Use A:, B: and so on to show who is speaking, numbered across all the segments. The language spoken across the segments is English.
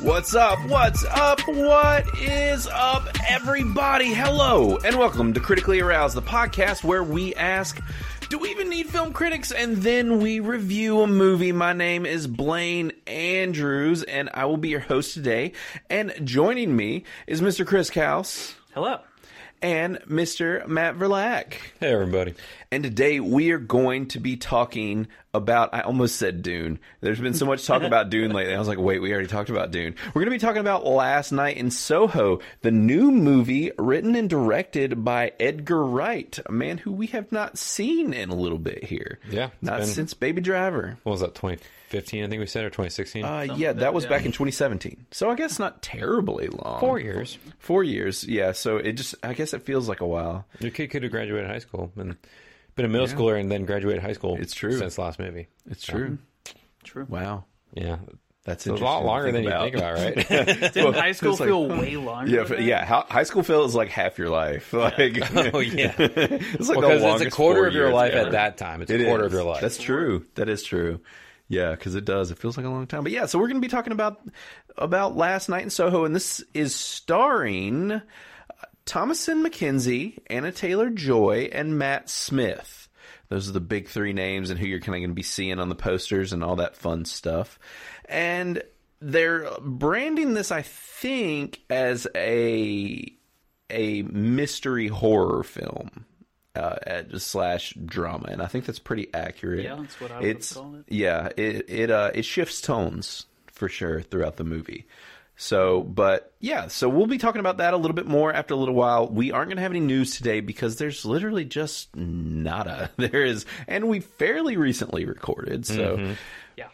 A: What's up? What's up? What is up, everybody? Hello, and welcome to Critically Aroused, the podcast where we ask, do we even need film critics? And then we review a movie. My name is Blaine Andrews, and I will be your host today. And joining me is Mr. Chris Kaus
B: Hello.
A: and Mr. Matt Verlack.
C: Hey, everybody.
A: And today we are going to be talking about. I almost said Dune. There's been so much talk about Dune lately. I was like, wait, we already talked about Dune. We're going to be talking about Last Night in Soho, the new movie written and directed by Edgar Wright, a man who we have not seen in a little bit here.
C: Yeah, it's
A: Not
C: been-
A: since Baby Driver.
C: What was that, 2015, I think we said, or 2016?
A: Uh, yeah, that was back in 2017. So I guess not terribly long.
C: Four years.
A: Four years, yeah. So it just, I guess it feels like a while.
C: Your kid could have graduated high school and been a middle schooler and then graduated high school.
A: It's true.
C: Since last movie.
A: It's true.
B: True.
A: Wow.
C: Yeah.
A: That's
C: It's a lot
A: interesting to
C: longer than you think about, right?
B: Didn't high school
A: it's like-
B: feel way longer?
A: Yeah,
B: than
A: f
B: that?
A: yeah. How, high school feels like half your life. Like,
C: oh, yeah.
A: it's like
C: Because
A: the
C: it's
A: longest
C: a quarter
A: four
C: of your
A: years
C: life
A: ever.
C: at that time. It's
A: It
C: a quarter
A: is.
C: of your life.
A: That's true. That is true. Yeah, because it does. It feels like a long time. But yeah, so we're going to be talking about about last night in Soho, and this is starring uh, Thomason McKenzie, Anna Taylor Joy, and Matt Smith. Those are the big three names, and who you're kind of going to be seeing on the posters and all that fun stuff. And they're branding this, I think, as a a mystery horror film uh, at, slash drama, and I think that's pretty accurate.
B: Yeah, that's what I would have
A: It's-
B: called it.
A: Yeah, it it uh, it shifts tones for sure throughout the movie. So, but yeah, so we'll be talking about that a little bit more after a little while. We aren't going to have any news today because there's literally just nada. There is, and we fairly recently recorded, so.
B: Yeah.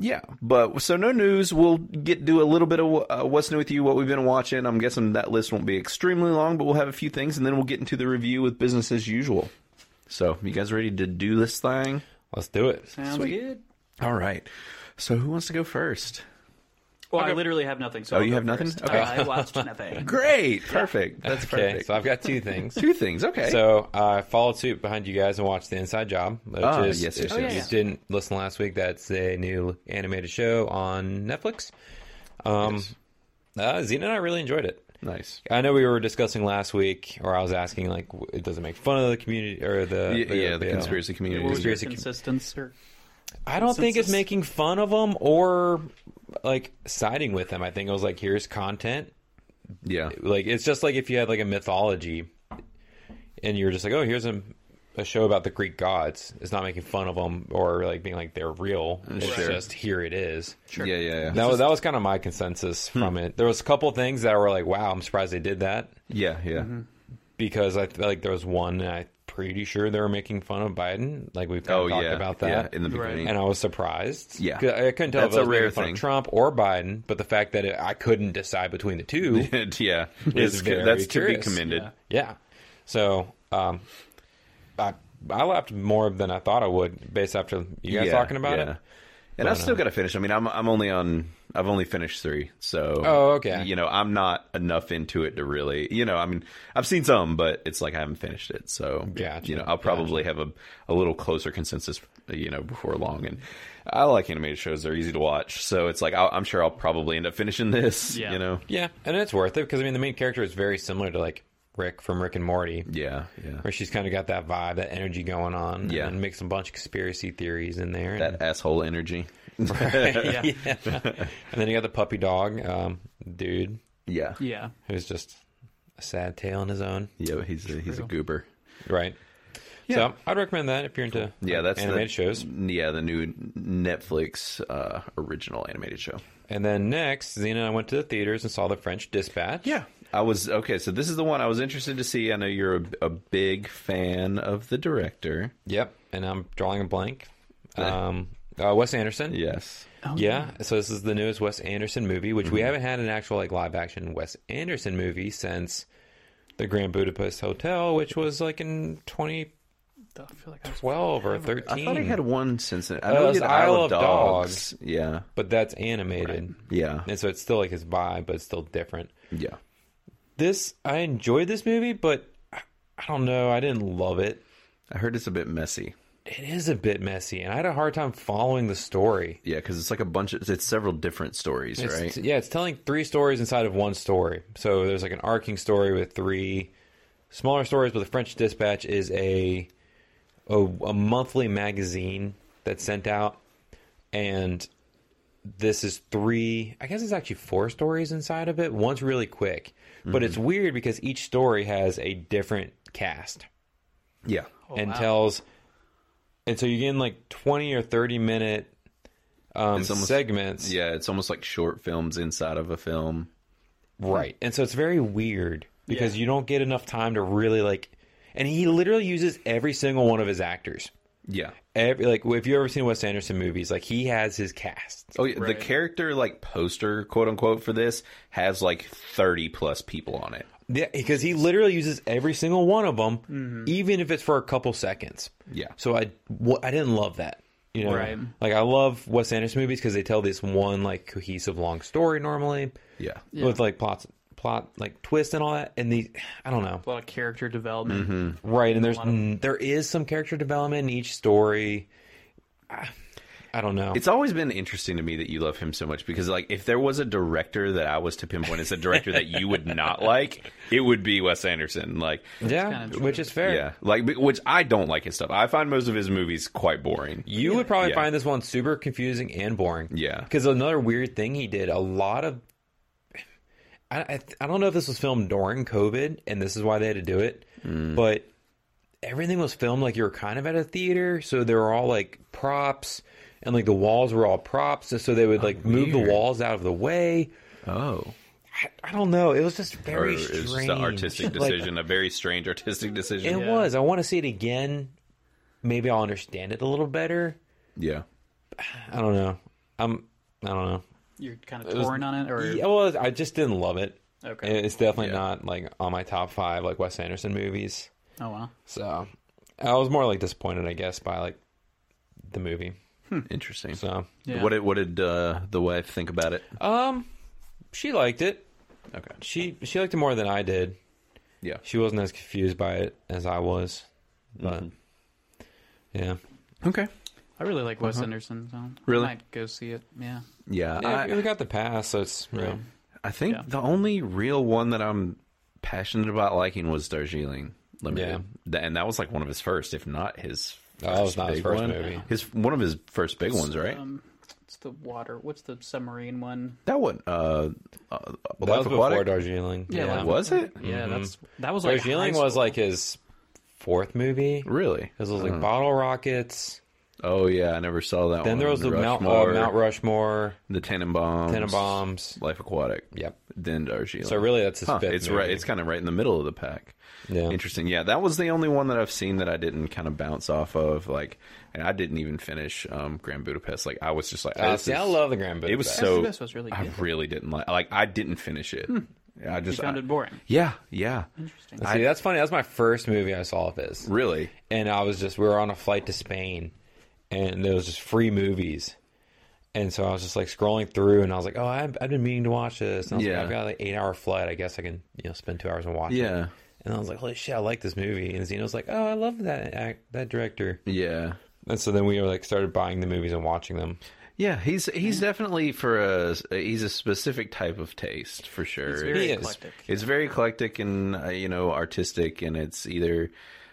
A: Yeah, but so no news. We'll get do a little bit of uh, what's new with you, what we've been watching. I'm guessing that list won't be extremely long, but we'll have a few things, and then we'll get into the review with business as usual. So, you guys ready to do this thing?
C: Let's do it.
B: Sounds good.
A: All right. So, who wants to go first?
B: Well, I literally have nothing. So
A: Oh,
B: I'll
A: you
B: go
A: have nothing?
B: first.
A: Okay.
B: I watched nothing.
A: Great, perfect. That's
C: Okay,
A: perfect.
C: so I've got two things.
A: Two things. Okay.
C: So uh, I followed suit behind you guys and watched The Inside Job. Which
A: Ah,
C: is,
A: yes, yes,
C: if
B: yes.
C: you didn't listen last week, that's a new animated show on Netflix. Um, uh, Zena and I really enjoyed it.
A: nice.
C: I know we were discussing last week, or I was asking, like, w- it doesn't make fun of the community or the
A: Yeah, yeah, the conspiracy community.
B: What was your
C: Conspiracy com-
B: consistency?
C: I don't think it's
B: consensus.
C: making fun of them or like siding with them. I think it was like, here's content.
A: Yeah.
C: Like, it's just like if you had like a mythology, and you're just like, oh, here's a a show about the Greek gods. It's not making fun of them or like being like they're real. It's
A: Mm, Sure.
C: just here it is.
A: Yeah, yeah, yeah.
C: That was, that was kind of my consensus
A: Hmm.
C: from it. There was a couple things that were like, wow, I'm surprised they did that.
A: Yeah, yeah.
C: because I feel like there was one that I'm pretty sure they were making fun of Biden. Like we've kind
A: Oh,
C: of talked
A: yeah.
C: about that.
A: Yeah, in the
B: Right.
A: beginning.
C: and I was surprised.
A: Yeah.
C: 'Cause I couldn't tell
A: That's
C: if
A: a
C: it was making
A: rare
C: fun of
A: thing.
C: Trump or Biden, but the fact that it, I couldn't decide between the two,
A: yeah. It's-
C: Is very
A: that's
C: curious.
A: to be commended.
B: Yeah.
C: yeah. So um, I I laughed more than I thought I would based after you guys talking about
A: yeah.
C: it.
A: And I still got to finish. I mean, I'm I'm only on. I've only finished three, so
C: Oh, okay.
A: You know, I'm not enough into it to really. You know, I mean, I've seen some, but it's like I haven't finished it. So,
C: Gotcha,
A: you know, I'll probably have a a little closer consensus. You know, before long. And I like animated shows; they're easy to watch. So it's like i I'm sure I'll probably end up finishing this.
B: Yeah.
A: You know.
C: Yeah, and it's worth it because I mean the main character is very similar to like Rick from Rick and Morty.
A: Yeah. Yeah.
C: Where she's kind of got that vibe, that energy going on,
A: Yeah.
C: and then makes a bunch of conspiracy theories in there. and-
A: That asshole energy.
B: Yeah. yeah.
C: And then you got the puppy dog um, dude,
A: yeah.
B: Yeah.
C: who's just a sad tale on his own,
A: Yeah. He's a, he's a
B: True.
A: goober.
C: right? So I'd recommend that if you're into
A: Yeah, that's the-
C: animated shows.
A: Yeah, the new Netflix uh, original animated show.
C: And then next, Zena and I went to the theaters and saw The French Dispatch.
A: I was okay. So this is the one I was interested to see. I know you're a, a big fan of the director.
C: Yep. And I'm drawing a blank. Um, uh, Wes Anderson.
A: Yes.
C: Yeah, so this is the newest Wes Anderson movie, which
A: Mm-hmm.
C: we haven't had an actual like live action Wes Anderson movie since the Grand Budapest Hotel, which was like in twenty
B: I feel like I was
C: twelve or
A: I
C: thirteen.
A: thought I had one since then. I
C: Uh,
A: know
C: it's
A: he did Isle, of Dogs. Yeah.
C: but that's animated,
A: Yeah.
C: and so it's still like his vibe, but it's still different.
A: Yeah.
C: This I enjoyed this movie, but I I don't know, I didn't love it.
A: I heard it's a bit messy.
C: it is a bit messy, and I had a hard time following the story.
A: Yeah, because it's like a bunch of it's several different stories,
C: It's-
A: right?
C: Yeah, it's telling three stories inside of one story. So there's like an arcing story with three smaller stories, but the French Dispatch is a a, a monthly magazine that's sent out, and this is three. I guess it's actually four stories inside of it. One's really quick,
A: Mm-hmm.
C: but it's weird because each story has a different cast
A: yeah,
C: and tells. And so you get in like twenty or thirty minute um,
A: It's almost-
C: segments.
A: yeah. It's almost like short films inside of a film.
C: Right. And so it's very weird because you don't get enough time to really like and he literally uses every single one of his actors.
A: Yeah.
C: Every like if you've ever seen Wes Anderson movies, like he has his cast.
A: Oh, yeah. The character like poster, quote unquote, for this has like thirty plus people on it.
C: Yeah, because he literally uses every single one of them, even if it's for a couple seconds.
A: Yeah.
C: So I wh- I didn't love that. You know,
B: Right.
C: like I love Wes Anderson movies because they tell this one like cohesive long story normally
A: Yeah.
C: with like plots plot like twist and all that and the I don't know.
B: a lot of character development.
A: Mm-hmm.
C: Right, and there's mm, there is some character development in each story. Ah, I, I don't know.
A: It's always been interesting to me that you love him so much because, like, if there was a director that I was to pinpoint as a director that you would not like, it would be Wes Anderson. Like,
C: yeah,
B: kinda true.
C: which is fair.
A: yeah, like be- which I don't like his stuff. I find most of his movies quite boring.
C: You would probably
A: Yeah.
C: find this one super confusing and boring.
A: Yeah.
C: because another weird thing he did a lot of. I, I I don't know if this was filmed during COVID, and this is why they had to do it,
A: Mm.
C: but. Everything was filmed like you were kind of at a theater, so they were all like props, and like the walls were all props, and so they would like move the
A: weird.
C: walls out of the way.
A: Oh,
C: I, I don't know. It was just
A: or
C: very
A: it was
C: strange.
A: just an artistic
C: Like,
A: decision, a very strange artistic
C: it
A: decision.
B: Yeah.
C: was. I want to see it again. Maybe I'll understand it a little better.
A: yeah,
C: I don't know. I'm. I don't know.
B: You're kind of torn on it, or
C: Yeah, well, I just didn't love it.
B: Okay.
C: It's definitely
A: Yeah.
C: not like on my top five like Wes Anderson movies.
B: oh wow,
C: So I was more like disappointed, I guess, by like the movie.
A: interesting.
C: So
B: yeah.
A: What did what did uh, the wife think about it?
C: um, she liked it.
A: Okay,
C: She she liked it more than I did.
A: yeah,
C: She wasn't as confused by it as I was. But
A: Mm-hmm.
C: yeah,
A: okay,
B: I really like Wes Anderson. So
A: Uh-huh. Really?
B: I might go see it. Yeah,
A: yeah.
C: yeah
A: I,
C: we got the pass, so it's you know,
A: I think
B: Yeah.
A: the only real one that I'm passionate about liking was Darjeeling Limited, Th- and that was like one of his first, if not his.
C: Oh, that was not his
A: big
C: first
A: one.
C: movie.
A: His one of his first big ones, right?
B: um, it's the water. What's the submarine one?
A: that one, uh, uh
C: that
A: Life
C: was before
A: Aquatic?
C: Darjeeling.
B: Yeah, Life
A: was it Mm-hmm.
B: Yeah, that's that was like
C: Darjeeling
B: high
C: was
B: school. Hmm.
C: like his fourth movie. It
A: really?
C: was like Bottle Rockets.
A: Oh yeah, I never saw that.
C: Then
A: one.
C: there was the Mount, uh,
A: Oh, Rushmore,
C: Mount Rushmore,
A: the Tenenbaums,
C: Tenenbaums.
A: Life Aquatic.
C: Yep.
A: Then Darjeeling.
C: So really, that's his
A: Huh,
C: fifth.
A: it's
C: movie.
A: right. It's kind of right in the middle of the pack.
C: Yeah.
A: Interesting. Yeah, that was the only one that I've seen that I didn't kind of bounce off of. Like, and I didn't even finish um, Grand Budapest. Like, I was just like, "Oh,
C: Uh,
A: this
C: see,
A: is-
C: I love the Grand Budapest.
A: It was so.
B: Budapest was really
A: I
B: good. Hmm.
A: really didn't like. Like, I didn't finish it. I just
B: You found
A: I-
B: it boring.
A: Yeah, yeah.
B: Interesting.
C: See, that's funny. That's my first movie I saw of his,
A: Really.
C: and I was just we were on a flight to Spain, and there was just free movies, and so I was just like scrolling through, and I was like, oh, I've, I've been meaning to watch this. And I was
A: Yeah.
C: like, I've got like eight hour flight. I guess I can you know spend two hours and watch. it.
A: Yeah,
C: And I was like, holy shit, I like this movie. And Zeno's like, oh, I love that act, that director.
A: yeah,
C: And so then we like started buying the movies and watching them.
A: yeah. He's he's definitely for a he's a specific type of taste for sure.
B: It's very
C: He is.
B: eclectic.
A: It's very eclectic and uh, you know artistic, and it's either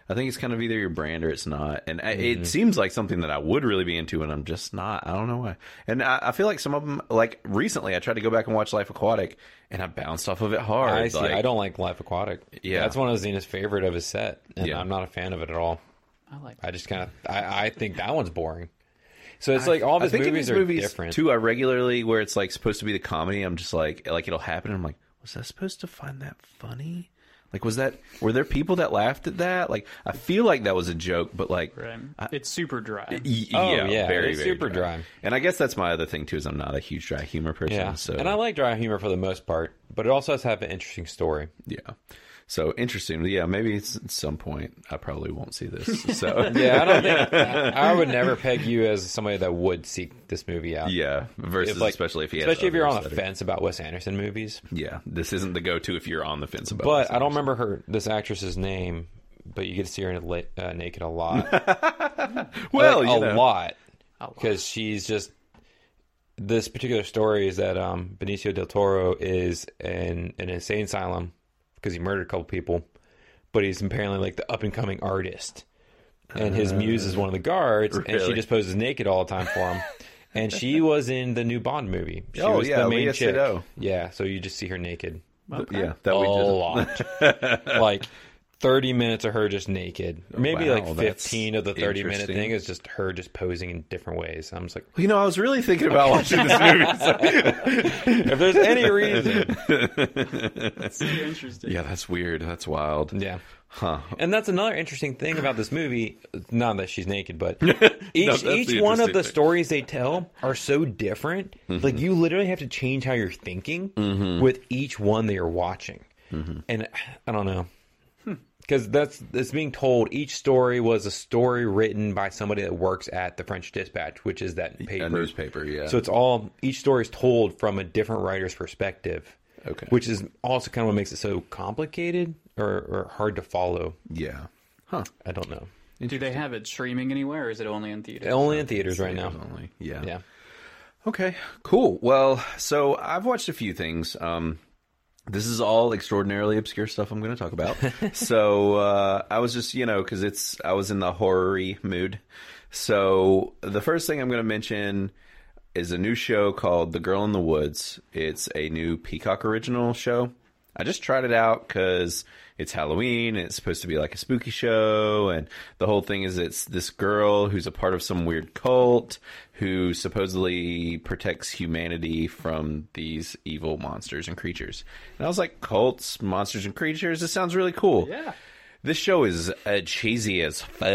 A: I think it's kind of either your brand or it's not. And I,
C: Mm-hmm.
A: it seems like something that I would really be into, and I'm just not. I don't know why. And I, I feel like some of them, like recently, I tried to go back and watch Life Aquatic, and I bounced off of it hard.
C: I see.
A: Like,
C: I don't like Life Aquatic.
A: Yeah.
C: that's one of Xena's favorite of his set, and
A: Yeah.
C: I'm not a fan of it at all.
B: I like.
C: I just kind of I, I think that one's boring. So it's like all of
A: I
C: his
A: think
C: movies
A: in these
C: are
A: movies
C: different.
A: too. I regularly where it's like supposed to be the comedy. I'm just like like it'll happen. And I'm like, was I supposed to find that funny? Like, was that were there people that laughed at that? Like, I feel like that was a joke, but like,
B: Right. it's super dry.
A: Y-
C: Oh, yeah, it's super dry.
A: And I guess that's my other thing too is I'm not a huge dry humor person.
C: yeah,
A: So
C: and I like dry humor for the most part, but it also has to have an interesting story.
A: yeah. So interesting. Yeah, maybe it's at some point I probably won't see this. So
C: Yeah, I don't think I would never peg you as somebody that would seek this movie out.
A: yeah. Versus
C: If, like,
A: especially if he has
C: especially if you're
A: others
C: on the
A: that are-
C: fence about Wes Anderson movies.
A: Yeah, this isn't the go to if you're on the fence about.
C: But
A: this.
C: I don't remember her this actress's name but you get to see her in a la- uh, naked a lot.
A: Well,
C: Like,
A: you
C: a
A: know.
C: lot
B: A lot.
C: because she's just. This particular story is that um, Benicio del Toro is in an insane asylum because he murdered a couple people, but he's apparently like the up and coming artist, and his muse is one of the guards, and she
A: Really?
C: just poses naked all the time for him. and she was in the new Bond movie. She
A: Oh,
C: was
A: yeah,
C: the main
A: Lea
C: chick.
A: Seydoux.
C: Yeah, so you just see her naked
A: Yeah, that
C: a
A: we did.
C: lot, like. 30 minutes of her just naked. Maybe
A: Wow,
C: like
A: that's
C: 15 of the 30 minute
A: interesting.
C: thing is just her just posing in different ways. I'm just like,
A: You know, I was really thinking about watching this movie.
C: if there's any reason.
B: so interesting.
A: yeah, that's weird. That's wild.
C: Yeah.
A: Huh.
C: And that's another interesting thing about this movie. Not that she's naked, but
A: that's
C: each
A: the
C: each one of
A: interesting thing.
C: the
A: Mm-hmm.
C: stories they tell are so different. Like you literally have to change how you're thinking with each one that you're watching.
A: Mm-hmm.
C: And I don't know. Because that's it's being told. Each story was a story written by somebody that works at the French Dispatch, which is that paper.
A: A newspaper, yeah.
C: So it's all each story is told from a different writer's perspective.
A: Okay.
C: Which is also kind of what makes it so complicated or, or hard to follow.
A: yeah. Huh.
C: I don't know.
B: Do they have it streaming anywhere, or is it only in theaters?
C: Only in theaters right now.
A: Only.
C: Yeah.
A: Okay, cool. Well, so I've watched a few things. Um, this is all extraordinarily obscure stuff I'm going to talk about. so uh, I was just, you know, because it's I was in the horror mood. So the first thing I'm going to mention is a new show called The Girl in the Woods. It's a new Peacock original show. I just tried it out because it's Halloween. And it's supposed to be like a spooky show, and the whole thing is it's this girl who's a part of some weird cult who supposedly protects humanity from these evil monsters and creatures. And I was like, cults, monsters, and creatures. This sounds really cool.
B: Yeah.
A: This show is uh, cheesy as fuck.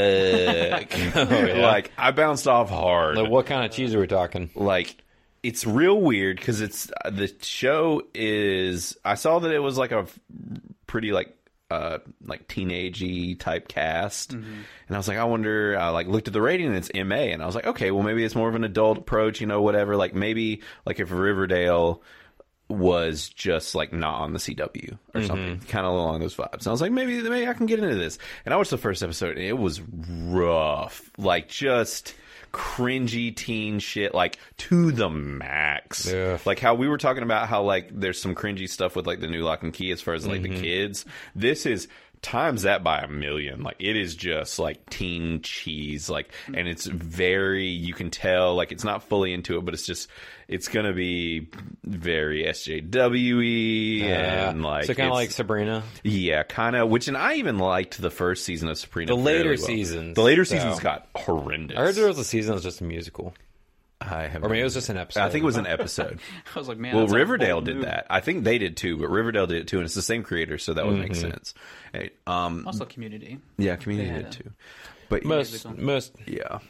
A: Like I bounced off hard
C: Like what kind of cheese are we talking?
A: like it's real weird because it's uh, the show is i saw that it was like a f- pretty like uh like teenagey type cast and i was like i wonder i like looked at the rating and it's ma and i was like okay well maybe it's more of an adult approach you know whatever like maybe like if riverdale was just like not on the CW or something, kind of along those vibes. And I was like, maybe maybe I can get into this. And I watched the first episode, and it was rough, like just cringy teen shit, like to the max.
C: Yeah.
A: Like how we were talking about how like there's some cringy stuff with like the new lock and key as far as like the kids. This is times that by a million like it is just like teen cheese like and it's very you can tell like it's not fully into it but it's just it's gonna be very sjwe and
C: Uh,
A: like
C: so kind
A: it's-
C: of like Sabrina.
A: yeah kind of which and i even liked the first season of Sabrina
C: The
A: fairly
C: later
A: well.
C: seasons,
A: the later
C: so.
A: seasons got horrendous
C: I heard there was a season that was just a musical,
A: I have
C: or maybe it was just an episode.
A: I think it was an episode
B: I was like, man.
A: Well,
B: that's a
A: Riverdale
B: bold
A: did
B: move.
A: that. I think they did too, but Riverdale did it too, and it's the same creator, so that would make
C: Mm-hmm.
A: sense. Hey, um,
B: Also, Community.
A: yeah, Community
B: Yeah.
A: did too, but
C: most most
A: yeah,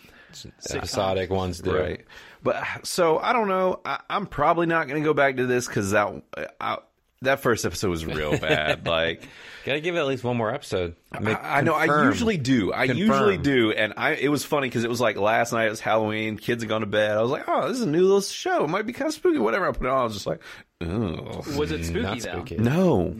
C: episodic ones do.
A: right. But so I don't know. I, I'm probably not going to go back to this because that uh, I, that first episode was real bad. like
C: Gotta give it at least one more episode. Make-
A: I, I know, I
C: confirm.
A: usually do. I
C: Confirm.
A: usually do, and I it was funny because it was like last night. It was Halloween. Kids had gone to bed. I was like, oh, this is a new little show. It might be kind of spooky. Whatever. I put it on. I was just like, oh
B: Was it spooky
C: not
B: though?
C: spooky.
A: no.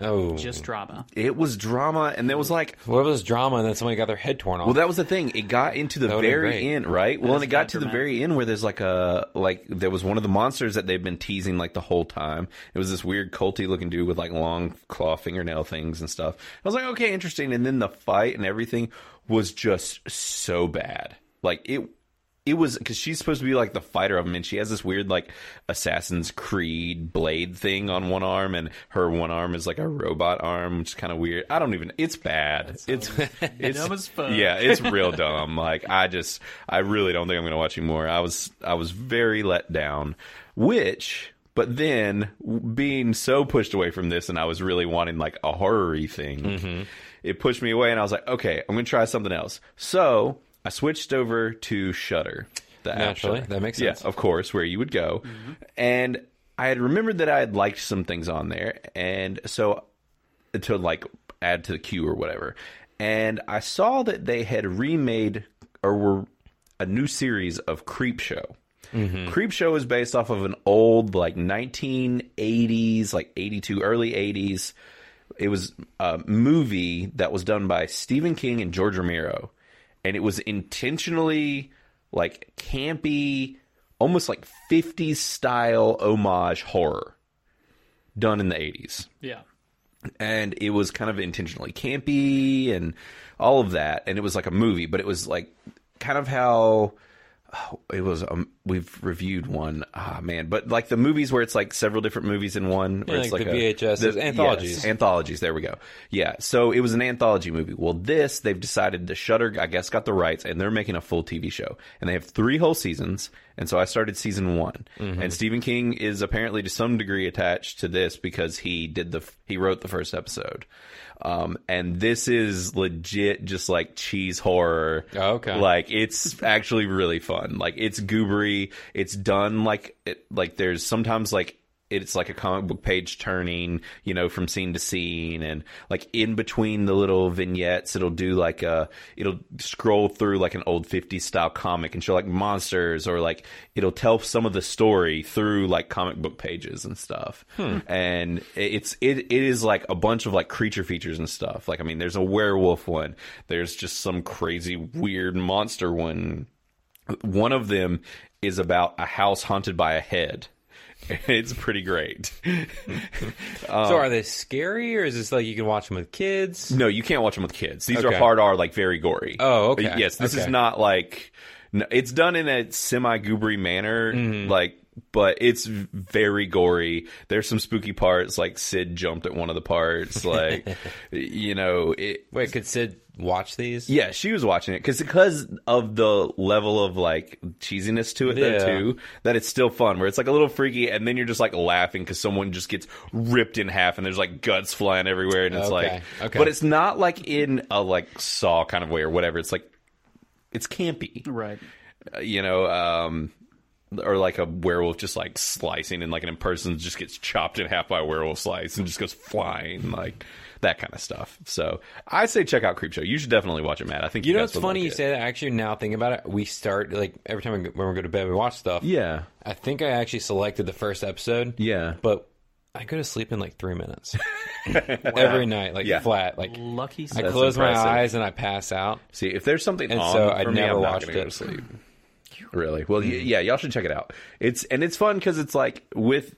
C: Oh,
B: Just drama.
A: It was drama, and there was like
C: what was drama? And then somebody got their head torn off.
A: Well, that was the thing. It got into the
C: would've been
A: very
C: great.
A: end, right? Well, and it
B: is
A: got to the
B: dramatic.
A: very end where there's like a like there was one of the monsters that they've been teasing like the whole time. It was this weird culty looking dude with like long claw fingernail things and stuff. I was like, okay, interesting. And then the fight and everything was just so bad. Like it. It was because she's supposed to be like the fighter of them, and she has this weird like Assassin's Creed blade thing on one arm, and her one arm is like a robot arm, which is kind of weird. I don't even. It's bad. It's it's
B: Dumb as fuck.
A: yeah, it's real dumb. Like I just, I really don't think I'm going to watch anymore. I was, I was very let down. Which, but then w- being so pushed away from this, and I was really wanting like a horror-y thing.
C: Mm-hmm.
A: It pushed me away, and I was like, okay, I'm going to try something else. So I switched over to Shutter. The app
C: Naturally,
A: Shudder.
C: that makes
A: Yeah,
C: sense.
A: of course, where you would go, and. I had remembered that I had liked some things on there, and so to like add to the queue or whatever. And I saw that they had remade or were a new series of Creep Show. Creep Show is based off of an old like 1980s, like 82 early 80s It was a movie that was done by Stephen King and George Romero, and it was intentionally like campy, almost like '50s style homage horror done in the '80s
B: Yeah.
A: and it was kind of intentionally campy and all of that and it was like a movie but it was like kind of how oh, it was um, we've reviewed one ah man but like the movies where it's like several different movies in one where
C: Yeah,
A: it's
C: like the
A: a-
C: VHSs, anthologies.
A: yes, anthologies there we go yeah so it was an anthology movie well this they've decided the shutter i guess got the rights and they're making a full tv show and they have three whole seasons and so i started season one and stephen king is apparently to some degree attached to this because he did the he wrote the first episode um, and this is legit just like cheese horror
C: Oh, okay.
A: like it's actually really fun like it's goobery it's done like it, like there's sometimes like it's like a comic book page turning you know from scene to scene and like in between the little vignettes it'll do like a it'll scroll through like an old 50s style comic and show like monsters or like it'll tell some of the story through like comic book pages and stuff and it- it's it, it is like a bunch of like creature features and stuff like i mean there's a werewolf one there's just some crazy weird monster one one of them is about a house haunted by a head. It's pretty great.
C: so are they scary or is this like you can watch them with kids?
A: No, you can't watch them with kids. These
C: Okay.
A: are hard R, like very gory.
C: Oh, okay.
A: Yes, this is
C: Okay.
A: not like no, it's done in a semi goobery manner,
C: Mm-hmm.
A: like. But it's very gory. There's some spooky parts, like Sid jumped at one of the parts, like you know, it,
C: Wait, could Sid watch these?
A: Yeah, she was watching it because of the level of like cheesiness to it
C: Yeah.
A: though too that it's still fun where it's like a little freaky and then you're just like laughing because someone just gets ripped in half and there's like guts flying everywhere and it's
C: Okay,
A: like
C: okay.
A: but it's not like in a like saw kind of way or whatever it's like it's campy
B: Right.
A: uh, you know um or like a werewolf just like slicing and like an person just gets chopped in half by a werewolf slice and just goes flying like that kind of stuff so i say check out creepshow you should definitely watch it matt i think
C: You know
A: guys
C: what's
A: would
C: funny?
A: like
C: you
A: it.
C: say that. Actually, now think about it, we start like every time we go, when we go to bed, we watch stuff.
A: yeah
C: I think I actually selected the first episode.
A: yeah
C: but I go to sleep in like three minutes every night, like
A: Yeah.
C: flat. Like
B: Lucky
C: I
B: son.
A: That's
C: close
A: impressive.
C: my eyes and I pass out.
A: see if there's something
C: And
A: on
C: so I
A: for me,
C: never
A: I'm not
C: watched
A: gonna go to
C: it.
A: sleep. really well y yeah y'all should check it out it's and it's fun because it's like with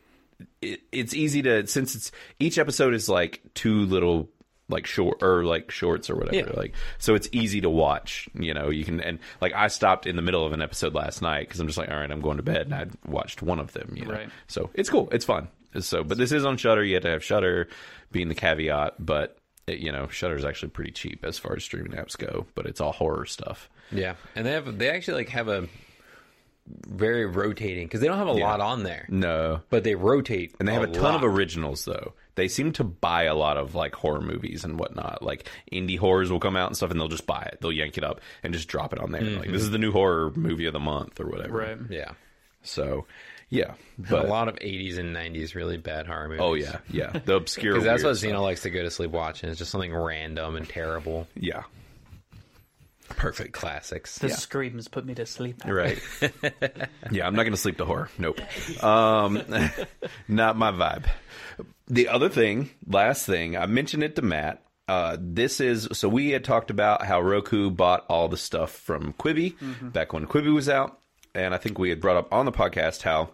A: it, it's easy to since it's each episode is like two little like short or like shorts or whatever
C: Yeah.
A: like so it's easy to watch you know you can and like i stopped in the middle of an episode last night because i'm just like all right i'm going to bed and i watched one of them you know
B: Right.
A: so it's cool it's fun so but this is on shutter you have to have shutter being the caveat but it, you know shutter is actually pretty cheap as far as streaming apps go but it's all horror stuff
C: Yeah, and they have they actually like have a very rotating because they don't have a lot on there,
A: no
C: but Mm. they rotate
A: And they have a, ton of
C: lot.
A: originals though. They seem to buy a lot of like horror movies and whatnot. Like indie horrors will come out and stuff, and they'll just buy it. They'll yank it up and just drop it on there. Like this is the new horror movie of the month or whatever.
B: Right.
C: yeah,
A: So, yeah,
C: a
A: but
C: lot of '80s and '90s really bad horror movies.
A: oh yeah, yeah, the obscure.
C: because that's
A: weird
C: what Xena likes to go to sleep watching. It's just something random and terrible.
A: stuff. Yeah,
C: Perfect classics.
B: The screams put me to sleep.
A: right. yeah, I'm not gonna sleep to horror. Nope. Um, not my vibe. The other thing, last thing, I mentioned it to Matt. Uh, this is so we had talked about how Roku bought all the stuff from Quibi
C: Mm-hmm.
A: back when Quibi was out, and I think we had brought up on the podcast how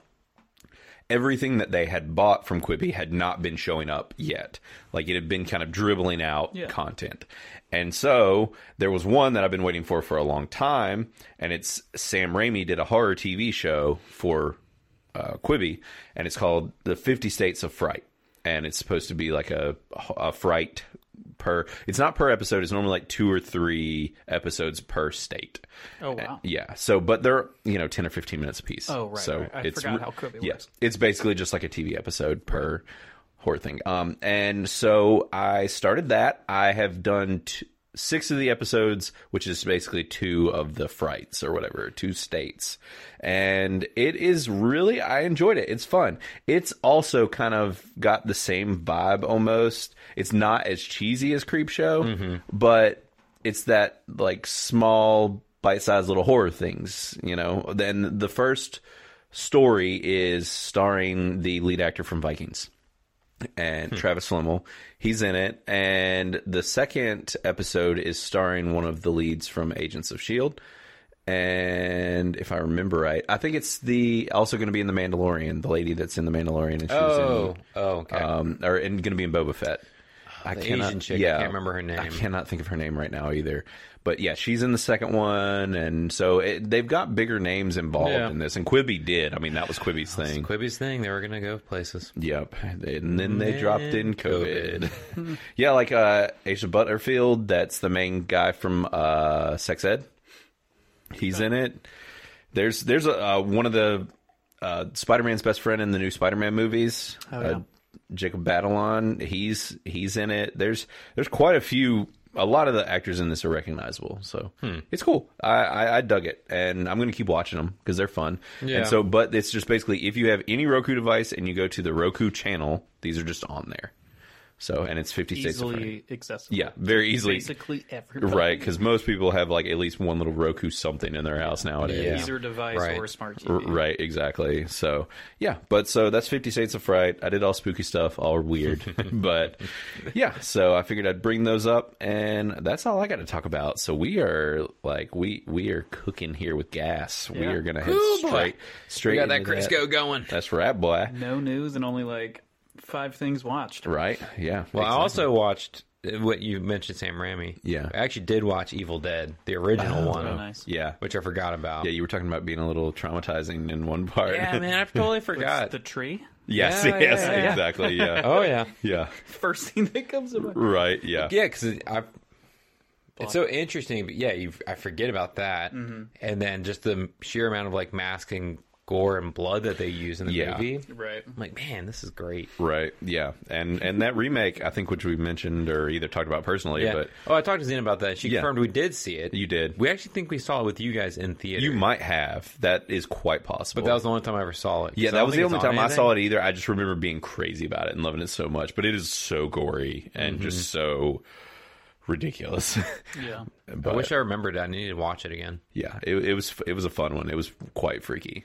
A: everything that they had bought from Quibi had not been showing up yet. Like it had been kind of dribbling out
B: Yeah.
A: content. And so there was one that I've been waiting for for a long time, and it's Sam Raimi did a horror TV show for uh, Quibi, and it's called The 50 States of Fright. And it's supposed to be like a, a fright per. It's not per episode. It's normally like two or three episodes per state.
B: Oh, wow.
A: Yeah. So, but they're you know ten or fifteen minutes a piece.
B: Oh, right,
A: So
B: right. I
A: it's
B: forgot how Quibi
A: yeah,
B: works.
A: it's basically just like a TV episode per horror thing. Um, and so I started that. I have done t- six of the episodes, which is basically two of the frights or whatever, two states, and it is really I enjoyed it. It's fun. It's also kind of got the same vibe almost. It's not as cheesy as Creepshow,
B: Mm-hmm.
A: but it's that like small bite-sized little horror things you know then the first story is starring the lead actor from vikings and Travis Flimmel. He's in it. And the second episode is starring one of the leads from Agents of S.H.I.E.L.D. E And if I remember right, I think it's the also going to be in The Mandalorian, the lady that's in The Mandalorian. And she was
C: Oh, oh, okay.
A: in, um, or and going to be in Boba Fett. I
C: the Asian chick, I can't remember her name.
A: I cannot think of her name right now either. But yeah, she's in the second one, and so it, they've got bigger names involved
C: Yeah.
A: in this. And Quibby did. I mean, that was Quibby's thing.
C: Quibby's thing. They were gonna go places.
A: Yep. And then they
C: Man,
A: dropped in COVID. yeah, like uh Asia Butterfield, that's the main guy from uh Sex Ed. He's in it. There's there's a, uh, one of the uh Spider-Man's best friend in the new Spider-Man movies.
B: Oh,
A: uh,
B: yeah.
A: Jacob Batalon, he's he's in it. There's there's quite a few a lot of the actors in this are recognizable, so it's cool. I, I, I dug it, and I'm going to keep watching them because they're fun.
C: Yeah.
A: And so, but it's just basically if you have any Roku device and you go to the Roku channel, these are just on there. So, and it's 56 different.
B: Easily accessible.
A: Yeah, very easily.
B: Basically everybody.
A: Right, because most people have like at least one little Roku something in their house nowadays.
C: Yeah.
B: User device
C: Right.
B: or a smart
A: R-
B: TV.
A: Right, exactly. So yeah, but so that's Fifty States of Fright. I did all spooky stuff, all weird, but yeah. So I figured I'd bring those up, and that's all I got to talk about. So we are like we we are cooking here with gas. We
B: Yeah.
A: are gonna head
C: Ooh, boy.
A: straight straight.
C: We got that
A: into
C: Crisco going.
A: That's right, boy.
B: No news and only like five things watched.
A: Right? Yeah.
C: Well, I also watched uh, what you mentioned, Sam Raimi.
A: Yeah.
C: I actually did watch Evil Dead, the original one,
B: Oh, nice.
A: uh, yeah.
C: which I forgot about.
A: Yeah, you were talking about being a little traumatizing in one part.
C: Yeah, man, I totally
B: It's
C: forgot.
B: the tree.
A: yes,
C: Yeah, yeah,
A: yes,
C: yeah, yeah.
A: exactly. Yeah.
C: Oh yeah,
A: Yeah.
B: First thing that comes to mind.
A: Right. Yeah.
C: yeah, because I. It's so interesting, but yeah, you I forget about that, and then just the sheer amount of like mask and gore and blood that they use in the
A: Yeah.
C: movie.
B: Right.
C: I'm like, man, this is great.
A: Right. Yeah. And and that remake, I think, which we mentioned or either talked about personally,
C: Yeah.
A: but
C: oh, I talked to Zane about that. She
A: Yeah.
C: confirmed we did see it.
A: you did.
C: We actually think we saw it with you guys in theater.
A: You might have. That is quite possible.
C: but that was the only time I ever saw it.
A: yeah, that was the only time I saw it either. I just remember being crazy about it and loving it so much. But it is so gory and just
C: Mm-hmm.
A: so ridiculous.
B: Yeah.
A: but,
C: I wish I remembered. it. I need to watch it again.
A: yeah, it, it was it was a fun one. It was quite freaky.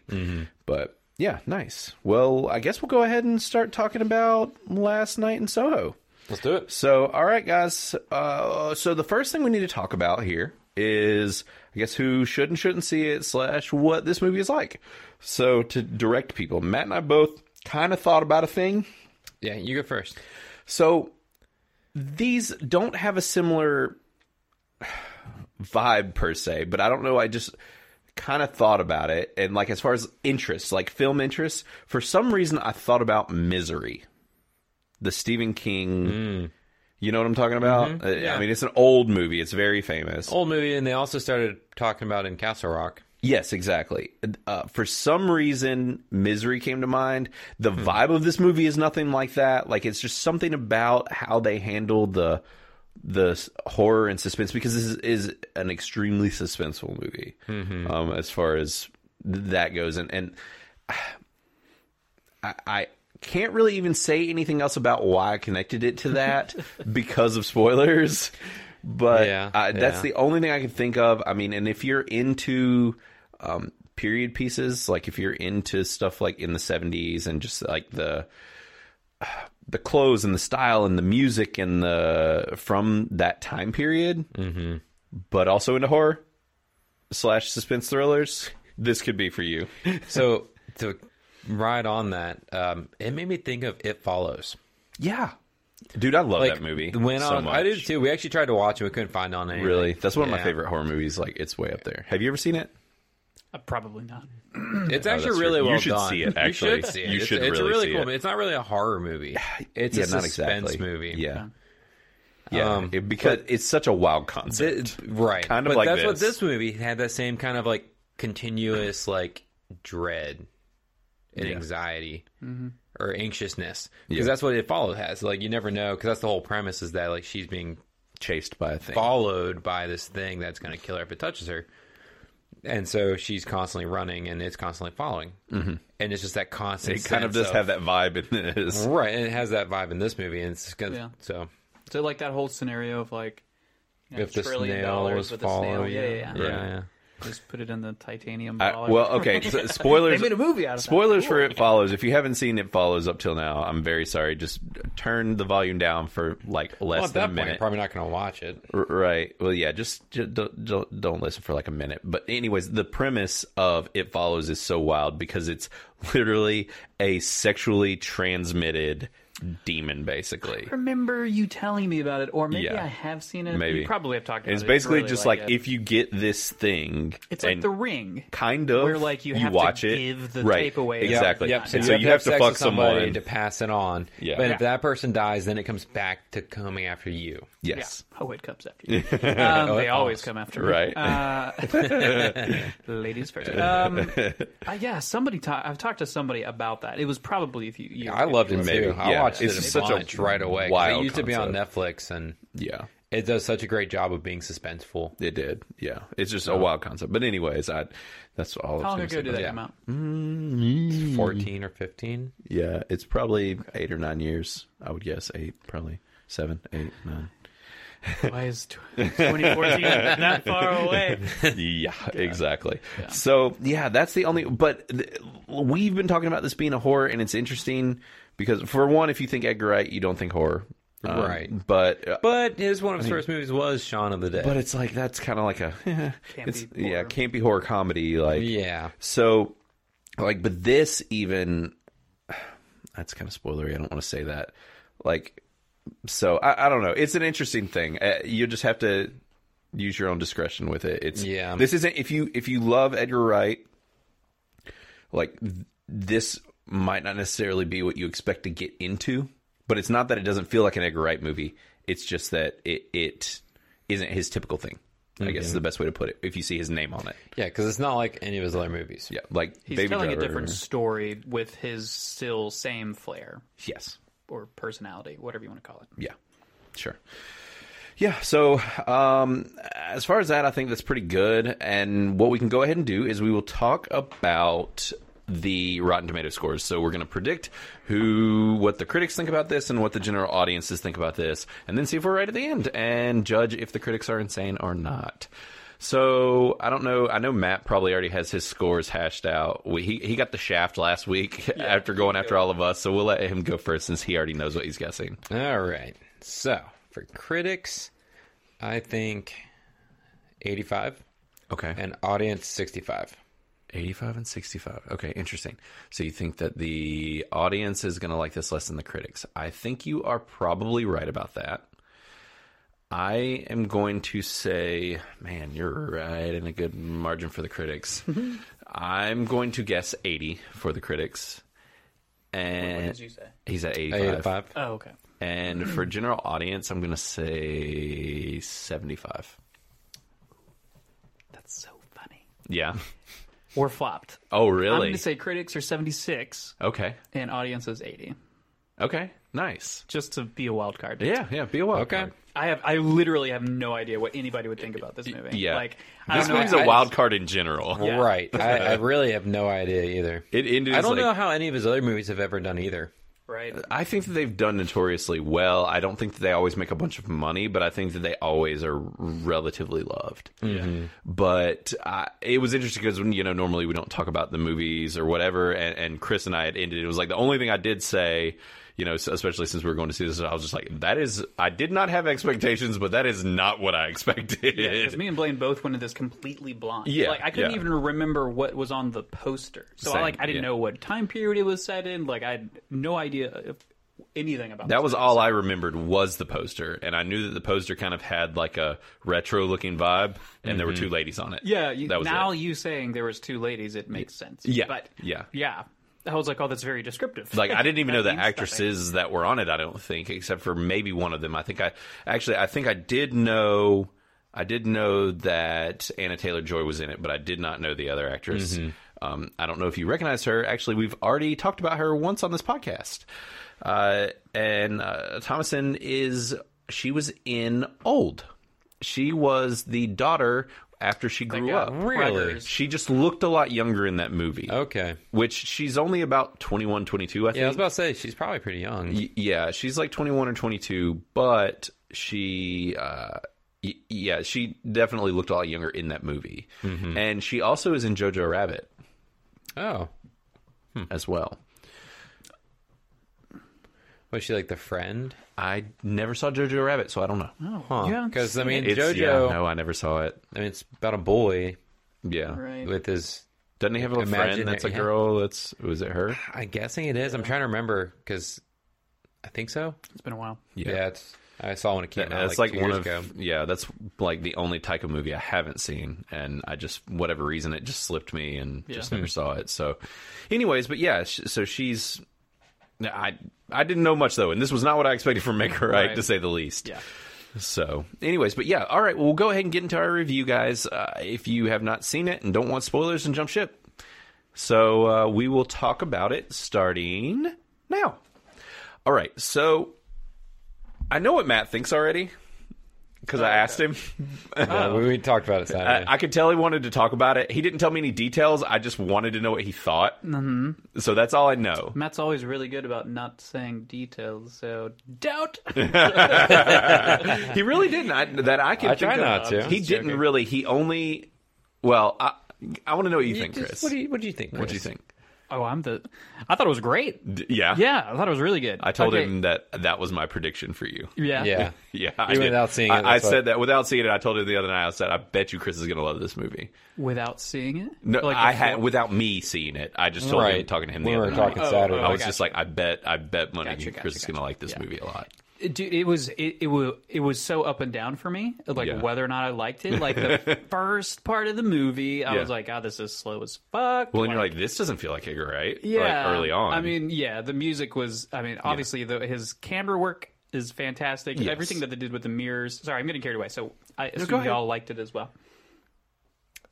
A: But yeah, nice. Well, I guess we'll go ahead and start talking about last night in Soho.
C: Let's do it.
A: So, all right, guys. Uh, so the first thing we need to talk about here is, I guess, who should and shouldn't see it slash what this movie is like. So to direct people, Matt and I both kind of thought about a thing.
C: Yeah, you go first.
A: So these don't have a similar vibe per se, but I don't know. I just kind of thought about it, and like as far as interests, like film interests, for some reason I thought about Misery, the Stephen King. You know what I'm talking about? Uh, I
C: Yeah.
A: mean, it's an old movie. It's very famous.
C: Old movie, and they also started talking about in Castle Rock.
A: Yes, exactly. Uh, for some reason, Misery came to mind. The vibe of this movie is nothing like that. Like it's just something about how they handle the the s- horror and suspense because this is, is an extremely suspenseful movie um, as far as th- that goes. And and I, I can't really even say anything else about why I connected it to that because of spoilers. But
C: Yeah,
A: uh, that's
C: yeah.
A: the only thing I can think of. I mean, and if you're into um, period pieces, like if you're into stuff like in the '70s and just like the the clothes and the style and the music and the from that time period,
C: Mm-hmm.
A: but also into horror slash suspense thrillers, this could be for you.
C: So to ride on that, um, it made me think of It Follows.
A: Yeah. Dude, I love
C: Like
A: that movie.
C: Went
A: so
C: on.
A: much.
C: I did too. We actually tried to watch it. We couldn't find it on anything.
A: Really? That's one of my
C: Yeah.
A: favorite horror movies. Like, it's way up there. Have you ever seen it?
B: Uh, probably not.
C: It's
A: Oh, that's
C: actually really
A: true. You
C: well
A: should
C: done.
A: see it, actually.
C: you should see it.
A: You
C: it's,
A: should
C: it's
A: really
C: a really
A: see
C: cool.
A: it.
C: Movie. It's not really a horror movie. It's a suspense movie.
A: Yeah. Yeah.
C: Um,
A: It- because it's such a wild concept.
C: Th- right.
A: Kind of
C: but
A: like
C: that's what
A: this.
C: this movie had that same kind of like continuous like dread and anxiety or anxiousness because
A: Yeah.
C: that's what it followed has. Like you never know because that's the whole premise is that like she's being
A: Chased by a thing.
C: followed by this thing that's going to kill her if it touches her. And so she's constantly running, and it's constantly following, mm-hmm. and it's just that constant.
A: it kind of does
C: sense
A: have that vibe in this.
C: right, and it has that vibe in this movie, and it's gonna,
B: Yeah.
C: so
B: So like that whole scenario of like you know,
C: if the
B: trillion
C: snails
B: dollars with a
C: follow,
B: snail. Yeah, yeah, yeah.
C: yeah, yeah.
B: Just put it in the titanium
A: I-
B: ball.
A: well, okay. So, spoilers.
B: They made a movie out of that.
A: Spoilers for
B: Cool.
A: It Follows. If you haven't seen It Follows up till now, I'm very sorry. Just turn the volume down for like less
C: Well, at
A: than a
C: that point,
A: minute.
C: you're probably not going to watch it.
A: R- Right. Well, yeah. Just, just don't, don't don't listen for like a minute. But anyways, the premise of it follows is so wild because it's literally a sexually transmitted demon, basically.
B: remember you telling me about it, or maybe
A: Yeah.
B: I have seen it.
A: Maybe.
B: you probably have talked about
A: It's
B: it.
A: basically
B: really
A: just like,
B: it.
A: if you get this thing,
B: it's like
A: and
B: the ring.
A: kind of
B: where, like, you have to
A: watch it,
B: give the
A: right?
B: tape away. Yep,
A: Exactly.
B: yep.
A: And so you have to
C: sex
A: fuck
C: with somebody
A: someone.
C: to pass it on.
A: Yeah.
C: But
A: Yeah.
C: if that person dies, then it comes back to coming after you.
A: Yes. Oh,
B: Yeah. Oh, it comes after you. Um, they always come after me.
A: Right.
B: Uh, ladies first. Um, uh, yeah, somebody. Ta- I've talked to somebody about that. It was probably if you. you
C: I loved it
A: Maybe.
C: too. I
A: Yeah.
C: watched
A: It's
C: it in
A: such a
C: bunch right away. 'cause
A: wild
C: It used to be on Netflix, and
A: Yeah.
C: it does such a great job of being suspenseful.
A: It did. Yeah. It's just a wild concept. But anyways, I that's all. I was
B: oh. How long
A: gonna say
B: ago
A: about
B: did that
C: Yeah.
B: come out?
A: Hmm.
C: Fourteen or fifteen.
A: Yeah, it's probably eight or nine years. I would guess eight, probably seven, eight, nine.
B: Why is tw- 2014 not far away?
A: yeah, exactly. So yeah, that's the only. But th- we've been talking about this being a horror, and it's interesting because for one, if you think Edgar Wright, you don't think horror, Um,
C: Right.
A: But uh,
C: But his one of his first movies was Shaun of the Dead.
A: but it's like that's kind of like a it's,
B: Campy
A: yeah
B: horror.
A: campy horror comedy like
C: yeah,
A: So, like, but this even that's kind of spoilery. I don't want to say that. Like, so I, I don't know. It's an interesting thing. Uh, you just have to use your own discretion with it. It's
C: Yeah.
A: This isn't if you if you love Edgar Wright, like th- this might not necessarily be what you expect to get into. But it's not that it doesn't feel like an Edgar Wright movie. It's just that it it isn't his typical thing. I guess is the best way to put it. If you see his name on it,
C: yeah, because it's not like any of his other movies.
A: yeah, like
B: He's
A: Baby
B: telling
A: Driver.
B: a different story with his still same flair
A: Yes.
B: or personality, whatever you want to call it.
A: Yeah. Sure. Yeah. So, um, as far as that, I think that's pretty good. And what we can go ahead and do is we will talk about the Rotten Tomato scores. So we're going to predict who, what the critics think about this, and what the general audiences think about this, and then see if we're right at the end and judge if the critics are insane or not. So I don't know. I know Matt probably already has his scores hashed out. We, he he got the shaft last week after going after all of us. So we'll let him go first since he already knows what he's guessing.
C: All right. So for critics, I think eighty-five
A: Okay.
C: and audience sixty-five.
A: 85 and 65. Okay, interesting. So you think that the audience is going to like this less than the critics. I think you are probably right about that. I am going to say, man, you're right in a good margin for the critics. I'm going to guess 80 for the critics. And
B: What did you say?
A: he's at 85.
C: Eighty-five.
B: Oh, okay.
A: And for general audience, I'm going to say 75.
B: That's so funny.
A: Yeah.
B: Or flopped.
A: Oh,
B: I'm going
A: really?
B: to say critics are 76
A: okay.
B: and audience is 80.
A: Okay. Nice.
B: Just to be a wild card.
A: Yeah, yeah, be a wild
C: Okay.
A: card.
B: I have I literally have no idea what anybody would think about this movie.
A: yeah.
B: Like I
A: This
B: don't know.
A: movie's
B: I-
A: a wild card in general.
B: Yeah.
C: Right. I, I really have no idea either.
A: It ended.
C: I don't
A: like,
C: know how any of his other movies have ever done either.
B: right.
A: I think that they've done notoriously well. I don't think that they always make a bunch of money, but I think that they always are relatively loved.
B: Mm-hmm.
A: But uh, it was interesting because you know normally we don't talk about the movies or whatever, and, and Chris and I had ended. It was like the only thing I did say. You know, s- especially since we were going to see this, I was just like, "That is, I did not have expectations, but that is not what I expected."
B: Yeah, 'cause me and Blaine both went into this completely blind.
A: Yeah,
B: like I couldn't
A: yeah.
B: even remember what was on the poster. So I
A: Same,
B: like I didn't
A: yeah.
B: know what time period it was set in. Like I had no idea of anything about
A: That
B: this
A: was
B: movie.
A: all I remembered was the poster, and I knew that the poster kind of had like a retro looking vibe, and there were two ladies on it.
B: Mm-hmm. Yeah, you,
A: that was
B: now
A: it.
B: you saying there was two ladies, it makes sense.
A: Yeah,
B: but
A: yeah.
B: yeah. I was like, oh, that's very descriptive.
A: Like I didn't even know the
B: That means
A: actresses that were on it. I don't think, except for maybe one of them. I think I actually I think I did know I did know that Anna Taylor Joy was in it, but I did not know the other actress. Um, I don't know if you recognize her. Actually, we've already talked about her once on this podcast. Uh, and uh, Thomason is she was in Old. She was the daughter after she
B: nothing.
A: grew
B: Got
A: up.
C: Really?
B: preggers.
A: She just looked a lot younger in that movie.
C: Okay.
A: Which she's only about 21, 22, I think.
C: Yeah, I was about to say she's probably pretty young.
A: Y- yeah she's like 21 or 22 but she uh y- yeah, she definitely looked a lot younger in that movie,
C: Mm-hmm.
A: and she also is in Jojo Rabbit
C: Oh,
A: as well.
C: was she like the friend?
A: I never saw Jojo Rabbit, so I don't know.
B: Oh.
C: Huh.
B: Yeah,
C: Because I mean,
A: It's,
C: JoJo.
A: yeah, no, I never saw it.
C: I mean, it's about a boy
A: Yeah,
B: Right.
C: with his.
A: doesn't he have a
C: Imagine
A: friend that's a
C: it, yeah.
A: girl? That's was it her?
C: I'm guessing it is. I'm trying to remember because I think so.
B: It's been a while.
C: Yeah, it's. I saw when it came out.
A: That's
C: like,
A: like,
C: two
A: one
C: years
A: of
C: ago.
A: yeah, that's like the only Taika movie I haven't seen, and I just whatever reason it just slipped me and
B: Yeah.
A: just never saw it. So, anyways, but yeah, sh- so she's I I didn't know much though, and this was not what I expected from Make Her right,
B: Right.
A: to say the least.
B: Yeah.
A: So, anyways, but yeah, all right, well, we'll go ahead and get into our review, guys. Uh, if you have not seen it and don't want spoilers, and jump ship. So uh, we will talk about it starting now. All right, so I know what Matt thinks already because
C: Oh,
A: I asked him.
C: Yeah, we, we talked about it Saturday.
A: I, I could tell he wanted to talk about it. He didn't tell me any details. I just wanted to know what he thought. Mm-hmm. So that's all I know.
B: Matt's always really good about not saying details, so doubt.
A: He really didn't. I, that I can.
C: I
A: think
C: try
A: of.
C: not to.
A: He
C: Just
A: didn't
C: joking.
A: really. He only. Well, I, I want to know what you, think,
C: Just-
A: Chris.
C: What do you What do you think?
A: What do you
C: Chris?
A: think?
B: Oh, I'm the. I thought it was great.
A: D- yeah.
B: Yeah, I thought it was really good.
A: I told him that that was my prediction for you.
B: Yeah.
C: Yeah.
A: Yeah, I
C: Even
A: did.
C: without seeing it,
A: I, I
C: that's what-
A: said that without seeing it. I told him the other night. I said, "I bet you Chris is going to love this movie."
B: Without seeing it.
A: No,
B: Like
A: I
B: before-
A: had without me seeing it. I just told him
C: Right.
A: talking to him
C: We
A: the
C: were
A: other night.
C: talking
B: Oh,
C: Saturday.
B: oh,
A: I was
B: gotcha.
A: just like, "I bet, I bet money
B: Gotcha,
A: Chris
B: gotcha,
A: is going to like this movie a lot."
B: dude it was it, it was it was so up and down for me like
A: Yeah.
B: whether or not i liked it like the first part of the movie i
A: Yeah.
B: was like oh this is slow as fuck
A: Well, and you're like, "This doesn't feel like it, right?"
B: yeah
A: like, early on.
B: i mean yeah the music was i mean obviously the, his camera work is fantastic
A: Yes.
B: everything that they did with the mirrors sorry i'm getting carried away so i assume
A: go ahead.
B: y'all liked it as well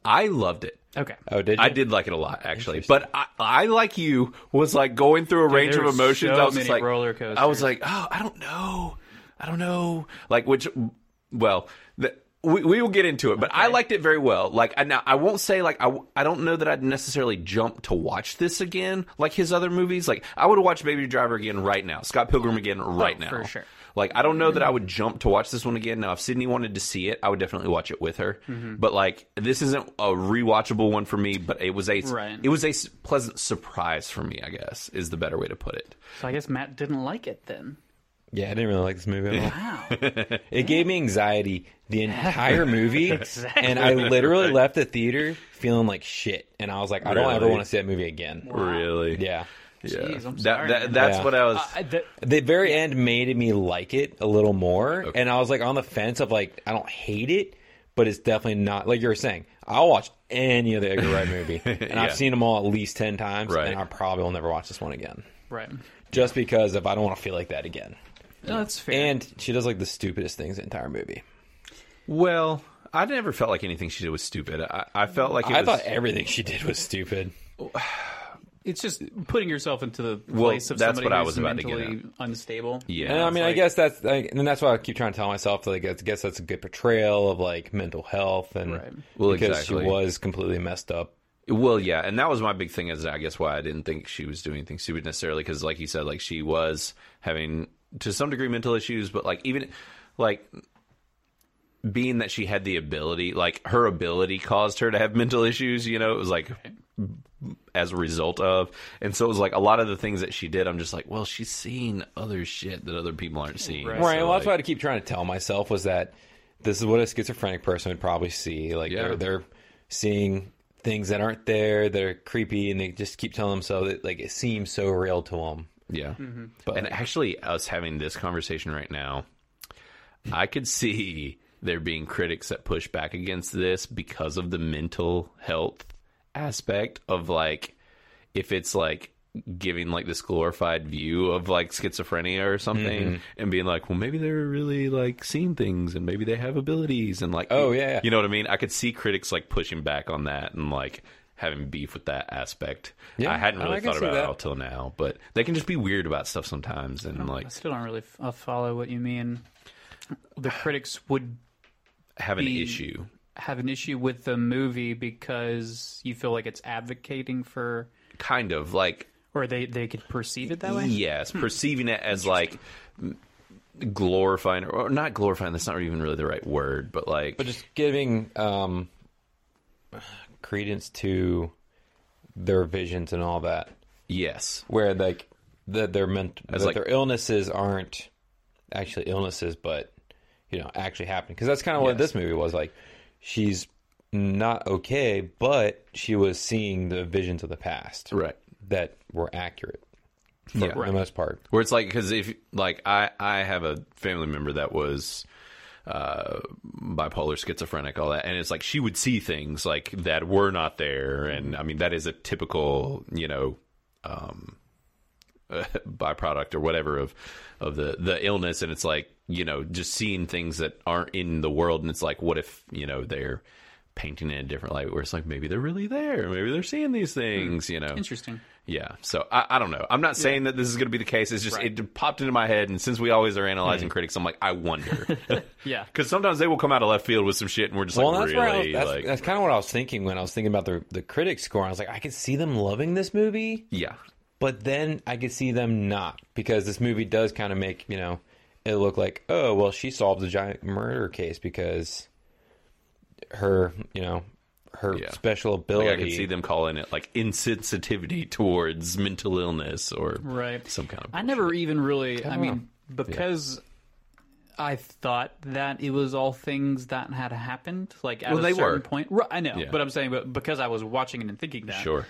A: I loved it.
B: okay
C: Oh, did you?
A: I did like it a lot, actually. But I, I like you, was like going through a range
B: there
A: of
B: were
A: emotions.
B: so
A: I was just
B: many
A: like
B: roller coasters.
A: I was like, oh, I don't know, I don't know. Like, which, well, the, we we will get into it. But I liked it very well. Like, I, now I won't say like I I don't know that I'd necessarily jump to watch this again, like his other movies. Like, I would watch Baby Driver again right now, Scott Pilgrim again right now,
B: Oh, for sure.
A: like I don't know that I
B: Mm.
A: would jump to watch this one again. Now, if Sydney wanted to see it, I would definitely watch it with her.
B: Mm-hmm.
A: But like this isn't a rewatchable one for me. But it was a
B: Right.
A: it was a s- pleasant surprise for me. I guess is the better way to put it.
B: so i guess matt didn't like it then Uh,
C: Yeah, I didn't really like this movie at all.
B: wow
C: It gave me anxiety the entire movie, and I literally left the theater feeling like shit. And I was like, I don't ever
A: Really?
C: want to see that movie again.
A: Really?
C: Yeah,
A: Yeah.
B: Jeez, I'm
A: That-
B: sorry,
A: that-
B: man.
A: that's
C: Yeah.
A: what I was.
B: I, the,
C: the very end made me like it a little more, and I was like on the fence of like, I don't hate it, but it's definitely not like you were saying. I'll watch any other Edgar Wright movie, and
A: Yeah.
C: I've seen them all at least ten times,
A: Right.
C: and I probably will never watch this one again,
B: right
C: just because if I don't want to feel like that again.
B: no, that's fair
C: And she does like the stupidest things the entire movie.
A: well, I never felt like anything she did was stupid. I, I felt like it
C: I
A: was,
C: thought everything she did was stupid.
B: it's just putting yourself into the place of
A: that's
B: somebody
A: what I
B: who's
A: was about to get
B: mentally unstable
A: yeah.
C: And I mean, I
B: like-
C: guess that's, like, and that's why I keep trying to tell myself that like, I guess that's a good portrayal of like mental health and
B: Right.
A: Well,
C: because
A: exactly.
C: she was completely messed up.
A: Well, yeah, and that was my big thing. Is I guess why I didn't think she was doing anything stupid necessarily because, like you said, like she was having to some degree mental issues, but like even like being that she had the ability, like her ability caused her to have mental issues. You know, it was like as a result of, and so it was like a lot of the things that she did. I'm just like, well, she's seeing other shit that other people aren't seeing.
B: Right.
C: Right.
A: So,
C: well, that's
A: like,
C: what I keep trying to tell myself was that this is what a schizophrenic person would probably see. Like
A: Yeah.
C: they're they're seeing things that aren't there, that are creepy, and they just keep telling themselves that like it seems so real to them.
A: Yeah. Mm-hmm. and actually, us having this conversation right now, I could see there being critics that push back against this because of the mental health aspect of like, if it's like, giving like this glorified view of like schizophrenia or something
C: Mm-hmm.
A: and being like well maybe they're really like seeing things and maybe they have abilities and like
C: Oh, yeah, yeah.
A: you know what i mean i could see critics like pushing back on that and like having beef with that aspect
C: Yeah, Oh,
A: i hadn't
C: I
A: really
C: can
A: thought
C: see
A: about it
C: that.
A: all till now, but they can just be weird about stuff sometimes. And like
B: I still don't really f- uh, follow what you mean. The critics would
A: have an
B: be-
A: issue.
B: have an issue with the movie because you feel like it's advocating for,
A: Kind of like,
B: or they they could perceive it that way. Hmm.
A: yes, perceiving it as like m- glorifying or not glorifying. That's not even really the right word, but like
C: but just giving um, credence to their visions and all that,
A: yes,
C: where like that their ment- that
A: like-
C: their illnesses aren't actually illnesses, but you know actually happening. Because that's kind of what
A: Yes.
C: this movie was like. She's not okay, but she was seeing the visions of the past,
A: Right.
C: That were accurate for
A: Yeah.
C: the most part.
A: where it's like because if like I I have a family member that was uh bipolar schizophrenic all that and it's like she would see things like that were not there and i mean that is a typical you know um byproduct or whatever of of the the illness and it's like you know just seeing things that aren't in the world and it's like what if you know they're painting it a different light where it's like maybe they're really there maybe they're seeing these things you know
B: Interesting.
A: yeah. So I, I don't know. I'm not saying that this is going to be the case. It's just
B: Right. Hmm.
A: it popped into my head, and since we always are analyzing critics, I'm like, I wonder
B: Yeah.
A: because sometimes they will come out of left field with some shit, and we're just
C: Well,
A: like,
C: that's where I was,
A: really,
C: that's,
A: like,
C: that's kind of what I was thinking when I was thinking about the the critic score. I was like, I could see them loving this movie,
A: yeah,
C: but then I could see them not because this movie does kind of make you know it look like oh well she solves a giant murder case because her you know her
A: Yeah.
C: special ability.
A: like I could see them calling it like insensitivity towards mental illness or
B: Right.
A: some kind of.
B: I never even really. I
C: don't
B: mean, because I thought that it was all things that had happened. Like at
A: Well,
B: a
A: they
B: certain
A: were.
B: point, Ri- I know,
A: Yeah.
B: but I'm saying, but because I was watching it and thinking that,
A: Sure.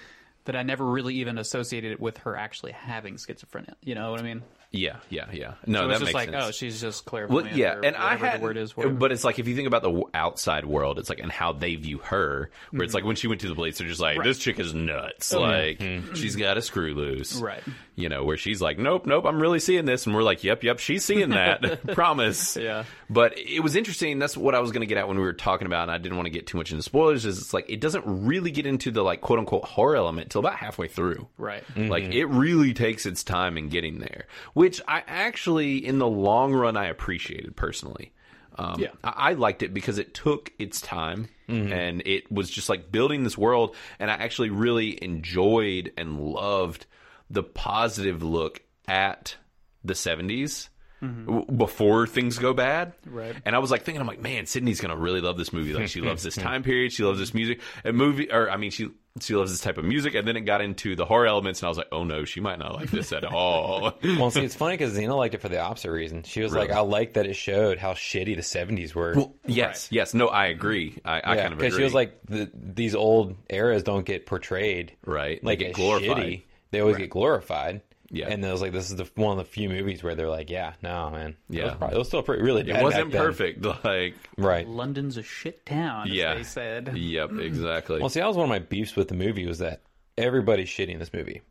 B: that I never really even associated it with her actually having schizophrenia. You know what I mean?
A: Yeah, yeah, yeah. No,
B: So
A: that
B: it's
A: makes
B: just like,
A: sense.
B: oh, she's just clairvoyant.
A: Well, yeah,
B: or
A: and I
B: whatever
A: had,
B: the word is. Whatever.
A: but it's like if you think about the w- outside world, it's like and how they view her, where
B: Mm-hmm.
A: it's like when she went to the police, they're just like, this chick is nuts, like she's got a screw loose,
B: Mm-hmm. Right.
A: You know, where she's like, nope, nope, I'm really seeing this, and we're like, yep, yep, she's seeing that, promise.
B: Yeah.
A: But it was interesting. That's what I was going to get at when we were talking about, and I didn't want to get too much into spoilers. Is it's like it doesn't really get into the like quote unquote horror element till about halfway through,
B: right.
A: like it really takes its time in getting there, which I actually, in the long run, I appreciated personally. Um,
B: Yeah.
A: I-, I liked it because it took its time
C: Mm-hmm.
A: and it was just like building this world. And I actually really enjoyed and loved the positive look at the 70s
C: Mm-hmm.
A: w- before things go bad.
B: Right.
A: And I was like thinking, I'm like, man, Sydney's gonna really love this movie. Like she loves this time period, she loves this music, and movie, or I mean, she she loves this type of music. And then it got into the horror elements, and I was like, oh no, she might not like this at all.
C: well, see, it's funny because Xena liked it for the opposite reason. She was like,
A: Really?
C: I like that it showed how shitty the '70s were.
A: yes, yes, no, I agree. I, I kind of agree.
C: because she was like, the, these old eras don't get portrayed
A: Right. They
C: Like
A: get
C: as
A: glorified.
C: shitty. They always get glorified.
A: Yeah.
C: and it was like this is the one of the few movies where they're like, yeah, no, man, it
A: Yeah.
C: was, probably, it was still pretty really bad.
A: it wasn't
C: back then.
A: perfect. Like,
C: right?
B: London's a shit town, as
A: Yeah.
B: they said.
A: yep, exactly.
C: Well, see, that was one of my beefs with the movie was that everybody's shitty in this movie,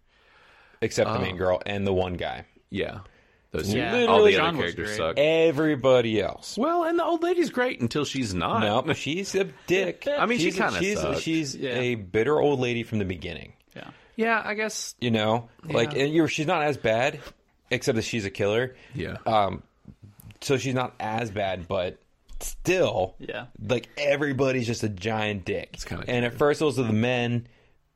C: except the main girl and the one guy.
A: yeah, those
B: Yeah.
A: two, all
C: Literally,
A: the
B: John
A: other
B: was
A: characters
B: great.
A: suck.
C: Everybody else.
A: well, and the old lady's great until she's not.
C: Nope, she's a dick.
B: I
A: mean, she
C: She's a-
A: kinda
C: she's
A: sucked.
C: she's
B: Yeah.
C: a bitter old lady from the beginning.
B: Yeah.
A: Yeah, I guess.
C: You know, like and you're, she's not as bad, except that she's a killer.
A: Yeah,
C: Um, so she's not as bad, but still,
B: Yeah.
C: like everybody's just a giant dick. It's
A: kinda
C: and at first it was the men,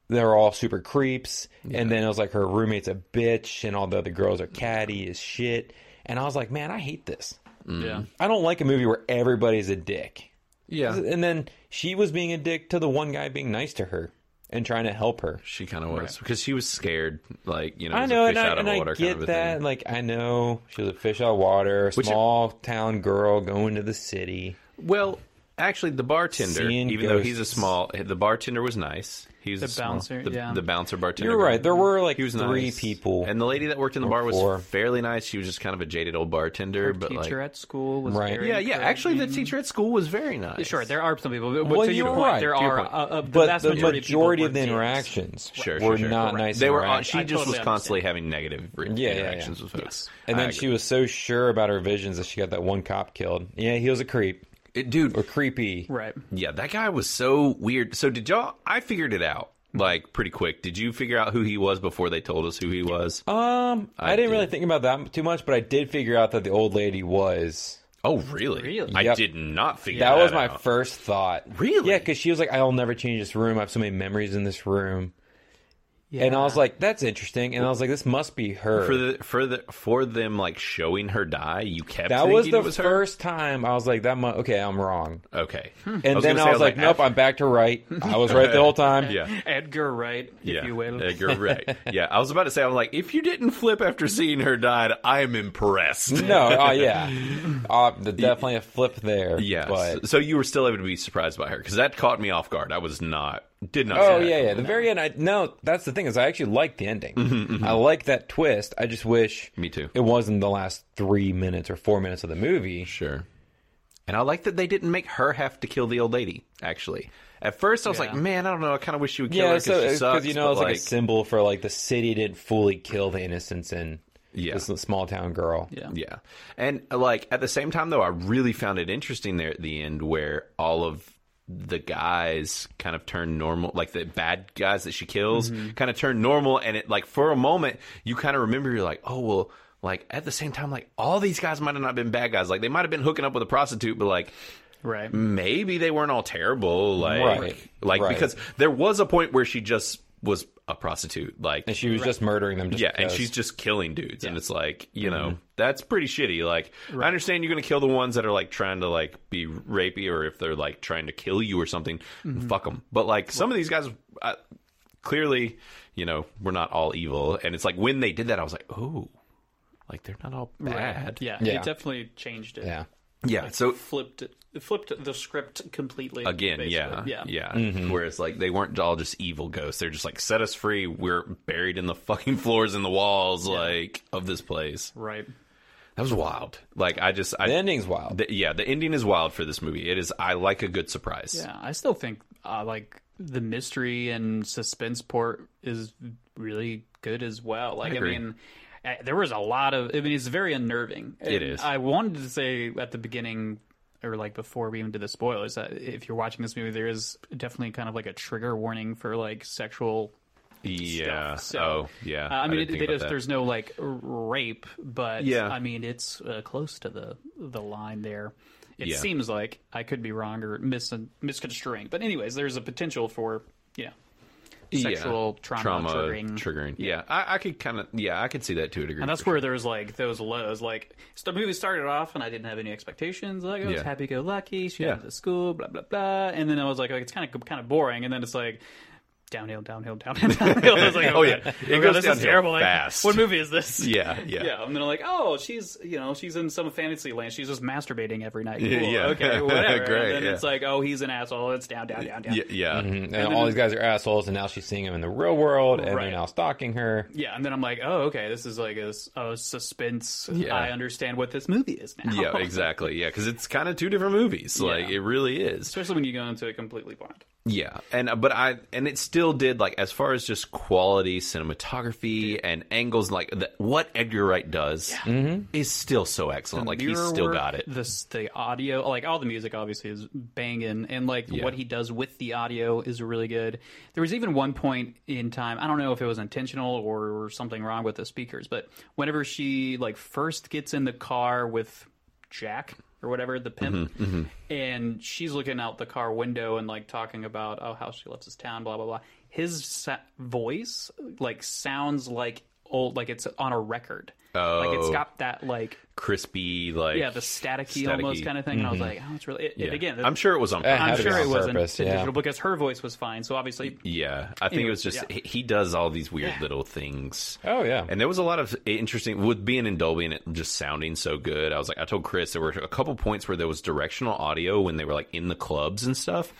C: they're all super creeps, and then it was like her roommate's a bitch, and all the other girls are catty as shit. And I was like, man, I hate this.
B: Yeah.
C: I don't like a movie where everybody's a dick.
A: yeah.
C: And then she was being a dick to the one guy being nice to her and trying to help her.
A: She kind of was because she was scared. Like, you know,
C: I
A: there's
C: know,
A: a fish
C: and I,
A: out of
C: and I
A: water
C: get
A: kind of a
C: that.
A: thing.
C: Like, I know she was a fish out of water,
A: Which-
C: small town girl going to the city.
A: Well, actually, the bartender,
C: Seeing
A: even though he's a
C: ghosts.
A: small, the bartender was nice. He was
B: The
A: a small-
B: bouncer,
A: the,
B: yeah.
A: the bouncer bartender.
C: You're right. There were like
A: he was
C: three
A: nice.
C: people.
A: and the lady that worked in the bar was
C: four.
A: fairly nice. She was just kind of a jaded old bartender, but like,
B: Teacher at school was
C: Right.
B: very
A: yeah, yeah.
B: encouraging.
A: Actually, the teacher at school was very nice.
B: Mm-hmm. Sure, there are some people, but, but
C: Well,
B: to your
C: you're
B: point,
C: right,
B: there
C: to your
B: are
A: point.
B: uh, uh, the
C: but
B: vast
C: the
B: majority,
C: majority,
B: of, people
C: of the
B: were dicks.
C: interactions
A: Sure, sure,
C: were
A: sure.
C: not
A: Correct.
C: nice.
A: They were. on
C: interactions.
A: She
B: I
A: just
B: totally
A: was constantly having negative re-
C: Yeah, yeah,
A: interactions
C: yeah.
A: with folks.
C: and
A: I
C: then she was so sure about her visions that she got that one cop killed. Yeah, he was a creep
A: agree. dude,
C: or creepy.
B: Right.
A: Yeah, that guy was so weird. So did y'all? I figured it out like pretty quick. Did you figure out who he was before they told us who he was?
C: Um, I, didn't
A: did.
C: really think about that too much, but I did figure out that the old lady was.
A: oh, really?
B: Really?
A: I
C: Yep.
A: did not figure
C: That
A: that
C: was my
A: out.
C: first thought.
A: Really?
C: Yeah, because she was like, "I'll never change this room. I have so many memories in this room." And I was like, that's interesting. And I was like, this must be her.
A: for the for the for them like showing her die. You kept
C: that was
A: thinking
C: the
A: it was her.
C: first time I was like, that mu- okay, I'm wrong.
A: Okay,
C: And then
A: gonna
C: I
A: say,
C: was like, nope, I'm back to right. I was right the whole time.
A: yeah.
B: Edgar Wright, if
A: Yeah,
B: you will.
A: Edgar Wright. Yeah, I was about to say, I'm like, if you didn't flip after seeing her died, I am impressed.
C: No, oh yeah, uh, the- definitely a flip there.
A: Yeah,
C: but
A: so, so you were still able to be surprised by her because that caught me off guard. I was not, did not.
C: oh
A: see that
C: yeah, yeah. The very end, I no. That's the thing is, I actually like the ending. I like that twist. I just wish
A: Mm-hmm, Me too.
C: It wasn't the last three minutes or four minutes of the movie.
A: Sure. And I like that they didn't make her have to kill the old lady. Actually, at first I was
B: Yeah.
A: like, man, I don't know. I kind of wish she would kill her
C: Yeah,
A: because
C: so
A: she
C: because
A: sucks.
C: you know
A: but,
C: it's like, a symbol for like the city didn't fully kill the innocents in
A: Yeah.
C: this small town girl.
B: Yeah.
A: Yeah. And like at the same time though, I really found it interesting there at the end where all of the guys kind of turn normal, like the bad guys that she kills
C: Mm-hmm.
A: kind of turn normal and it like for a moment you kind of remember you're like, "Oh, well, like at the same time like all these guys might have not been bad guys. Like they might have been hooking up with a prostitute, but like
B: Right.
A: maybe they weren't all terrible like
C: Right.
A: like
C: Right.
A: because there was a point where she just was a prostitute like
C: And she was just murdering them. Just
A: yeah, and
C: because.
A: she's just killing dudes, and it's like you know
B: Mm-hmm.
A: that's pretty shitty. Like I understand you're gonna kill the ones that are like trying to like be rapey, or if they're like trying to kill you or something,
B: Mm-hmm.
A: fuck them. But like some of these guys, uh, clearly, you know, we're not all evil, and it's like when they did that, I was like, oh, like they're not all bad.
B: Yeah,
C: Yeah.
B: It definitely changed it.
C: yeah.
A: yeah. So
B: Flipped it. it Flipped the script completely.
A: again
B: basically.
A: yeah
B: Yeah.
A: yeah whereas like they weren't all just evil ghosts they're just like set us free we're buried in the fucking floors and the walls like of this place
B: Right.
A: that was wild like i just i
C: The ending's wild.
A: the- yeah the ending is wild for this movie it is i like a good surprise
B: Yeah. I still think uh, like the mystery and suspense port is really good as well. Like I,
A: agree.
B: mean. uh, There was a lot of. I mean, it's very unnerving. It
A: is.
B: I wanted to say at the beginning, or like before we even did the spoilers, that if you're watching this movie, there is definitely kind of like a trigger warning for like sexual
A: yeah
B: stuff. So,
A: oh yeah
B: Uh, I mean,
A: didn't
B: it,
A: think
B: they
A: about
B: just,
A: that.
B: there's no like r- rape, but
A: Yeah.
B: I mean, it's uh, close to the the line there. It
A: Yeah.
B: seems like I could be wrong or mis- uh, misconstruing, but anyways, there's a potential for you know sexual trauma, triggering.
A: yeah, I, I could kind of yeah i could see that to a degree
B: and that's
A: for
B: where there's like those lows. Like so the movie started off, and I didn't have any expectations. Like I was
A: Yeah.
B: happy go lucky, she
A: Yeah.
B: went to school, blah blah blah. And then I was like, like it's kind of kind of boring. And then it's like downhill, downhill, downhill, downhill. I was like,
A: Oh, yeah.
B: God.
A: It
B: Oh, God,
A: goes
B: this is
A: downhill
B: terrible. Like,
A: fast.
B: what movie is this?
A: Yeah, yeah.
B: yeah. And then I'm like, oh, she's you know she's in some fantasy land. She's just masturbating every night. Cool.
A: Yeah, yeah.
B: Okay, whatever.
A: Great,
B: and then
A: yeah.
B: it's like, oh, he's an asshole. It's down, down, down, down.
A: yeah, yeah.
B: Mm-hmm.
C: Mm-hmm. And, all these guys are assholes, and now she's seeing them in the real world, and
B: Right.
C: they're now stalking her.
B: Yeah, and then I'm like, oh, okay, this is like a, s- a suspense.
A: Yeah.
B: I understand what this movie is now.
A: yeah exactly yeah because it's kind of two different movies like it really is
B: Especially when you go into it completely blind.
A: Yeah, and uh, but I and it still did like as far as just quality cinematography and angles like the, what Edgar Wright does
B: Mm-hmm.
A: is still so excellent. like he's
B: Mirror
A: still
B: work,
A: got it.
B: The s- the audio, like all the music, obviously is banging, and like what he does with the audio is really good. There was even one point in time, I don't know if it was intentional or something wrong with the speakers, but whenever she like first gets in the car with Jack or whatever the pimp,
A: Mm-hmm,
B: and she's looking out the car window and like talking about oh how she loves this town, blah blah blah. His sa- voice like sounds like old, like it's on a record. Like it's
A: Oh.
B: got that like
A: Crispy, like
B: yeah, the staticky,
A: Staticky.
B: almost kind of thing. And I
C: Mm-hmm.
B: was like, oh, it's really. It, it-
A: yeah.
B: again,
A: I'm sure it was on.
C: Uh,
A: purpose.
B: I'm
C: Had to be
B: sure
C: on
B: it wasn't
C: purpose, yeah.
B: digital because her voice was fine. So obviously,
A: Yeah, I think it was just
B: yeah.
A: he, he does all these weird little things.
C: Oh, yeah.
A: and there was a lot of interesting with being in Dolby and it just sounding so good. I was like, I told Chris there were a couple points where there was directional audio when they were like in the clubs and stuff,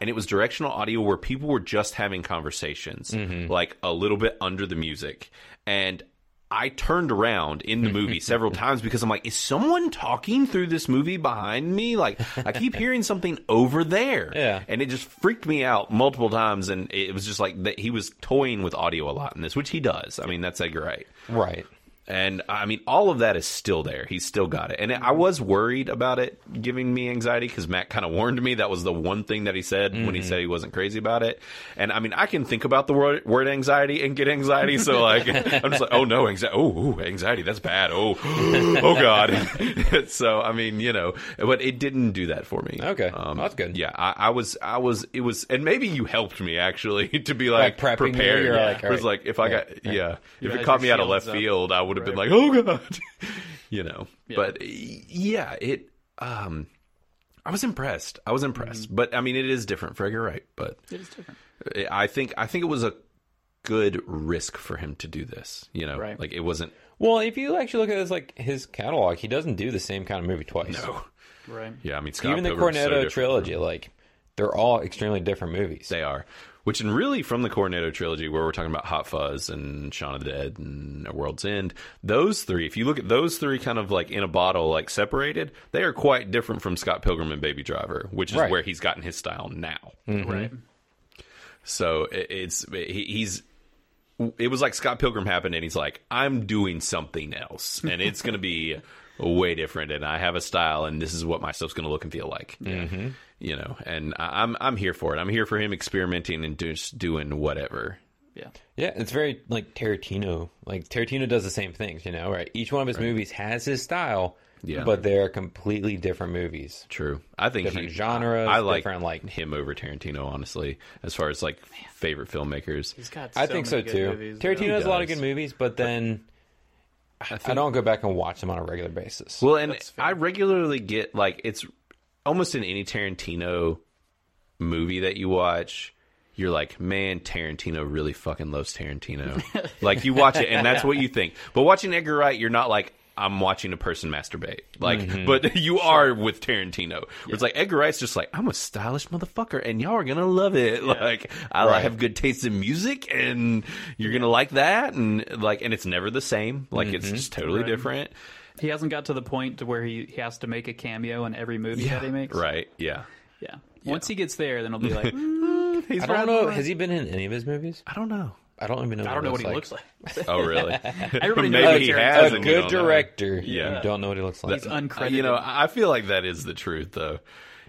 A: and it was directional audio where people were just having conversations,
C: Mm-hmm.
A: like a little bit under the music, and. I turned around in the movie several times because I'm like, is someone talking through this movie behind me? Like, I keep hearing something over there
C: Yeah.
A: and it just freaked me out multiple times. And it was just like that he was toying with audio a lot in this, which he does. I mean, that's Edgar Wright.
C: Right.
A: And I mean, all of that is still there. He's still got it. And I was worried about it giving me anxiety because Matt kind of warned me that was the one thing that he said when
C: Mm-hmm.
A: he said he wasn't crazy about it. And I mean, I can think about the word, word anxiety and get anxiety. So like, I'm just like, oh no, anxiety. Oh, ooh, anxiety. That's bad. Oh, oh God. so I mean, you know, but it didn't do that for me. Um,
C: Okay. Well, that's good.
A: Yeah. I, I was, I was, it was, and maybe you helped me actually to be like,
C: prepping you,
A: prepared.
C: you're like,
A: It was
C: all right.
A: like, if I got, yeah, if
B: had
A: it caught
B: your
A: me out of
B: shields
A: left
B: up.
A: field field, I would have been like, "Oh God," you know. But But y- yeah, it. Um, I was impressed. I was impressed. But I mean, it is different. Frigga, right? But eh,
B: It is different.
A: I think I think it was a good risk for him to do this. You know,
B: Right.
A: like it wasn't.
C: Well, if you actually look at his like his catalog, he doesn't do the same kind of movie twice.
A: No.
B: Right.
C: Mm-hmm.
A: Yeah, I mean, Scott
C: Even the
A: Pilgrim's so
C: Cornetto
A: different.
C: trilogy, like they're all extremely different movies.
A: They are. Which, and really from the Coronado trilogy, where we're talking about Hot Fuzz and Shaun of the Dead and A World's End, those three, if you look at those three kind of like in a bottle, like separated, they are quite different from Scott Pilgrim and Baby Driver, which is
C: Right.
A: where he's gotten his style now.
B: Right.
A: So it, it's, he, he's, it was like Scott Pilgrim happened and he's like, I'm doing something else and it's going to be way different and I have a style and this is what my stuff's going to look and feel like.
C: Mm-hmm.
A: You know, and I, I'm, I'm here for it. I'm here for him experimenting and just doing whatever.
B: Yeah.
C: Yeah, it's very like Tarantino. Like Tarantino does the same things, you know, right? Each one of his movies has his style,
A: Yeah.
C: but they're completely different movies.
A: True. I think
C: Different
A: he,
C: genres,
A: I, I like
C: different, like-
A: him over Tarantino, honestly, as far as like favorite filmmakers.
B: He's got.
C: I think so
B: many good
C: too.
B: Movies, though.
C: Tarantino has a lot of
A: does.
C: good movies, but then I, don't go back and watch them on a regular basis.
A: Well, and I regularly get like it's almost in any Tarantino movie that you watch, you're like, man, Tarantino really fucking loves Tarantino. like you watch it, and that's what you think. But watching Edgar Wright, you're not like. I'm watching a person masturbate, like, but you are with Tarantino. Where It's like Edgar Wright's just like I'm a stylish motherfucker, and y'all are gonna love it. Like I have good taste in music, and you're gonna like that, and like, and it's never the same. Like it's just totally different.
B: He hasn't got to the point to where he, he has to make a cameo in every movie that he makes.
A: Right? Yeah.
B: Yeah. Once he gets there, then he'll be like, "Mm,
A: He's
C: I don't know. Has he been in any of his movies?
A: I don't know.
C: I don't even know.
B: I don't know what he looks like.
A: Oh, really?
B: Everybody knows
A: Maybe he
B: Tarantino.
A: has.
C: A
A: and we
C: good
A: don't know.
C: director.
A: Yeah.
C: You don't know what he looks like.
B: He's uncredited.
A: You know, I I feel like that is the truth, though.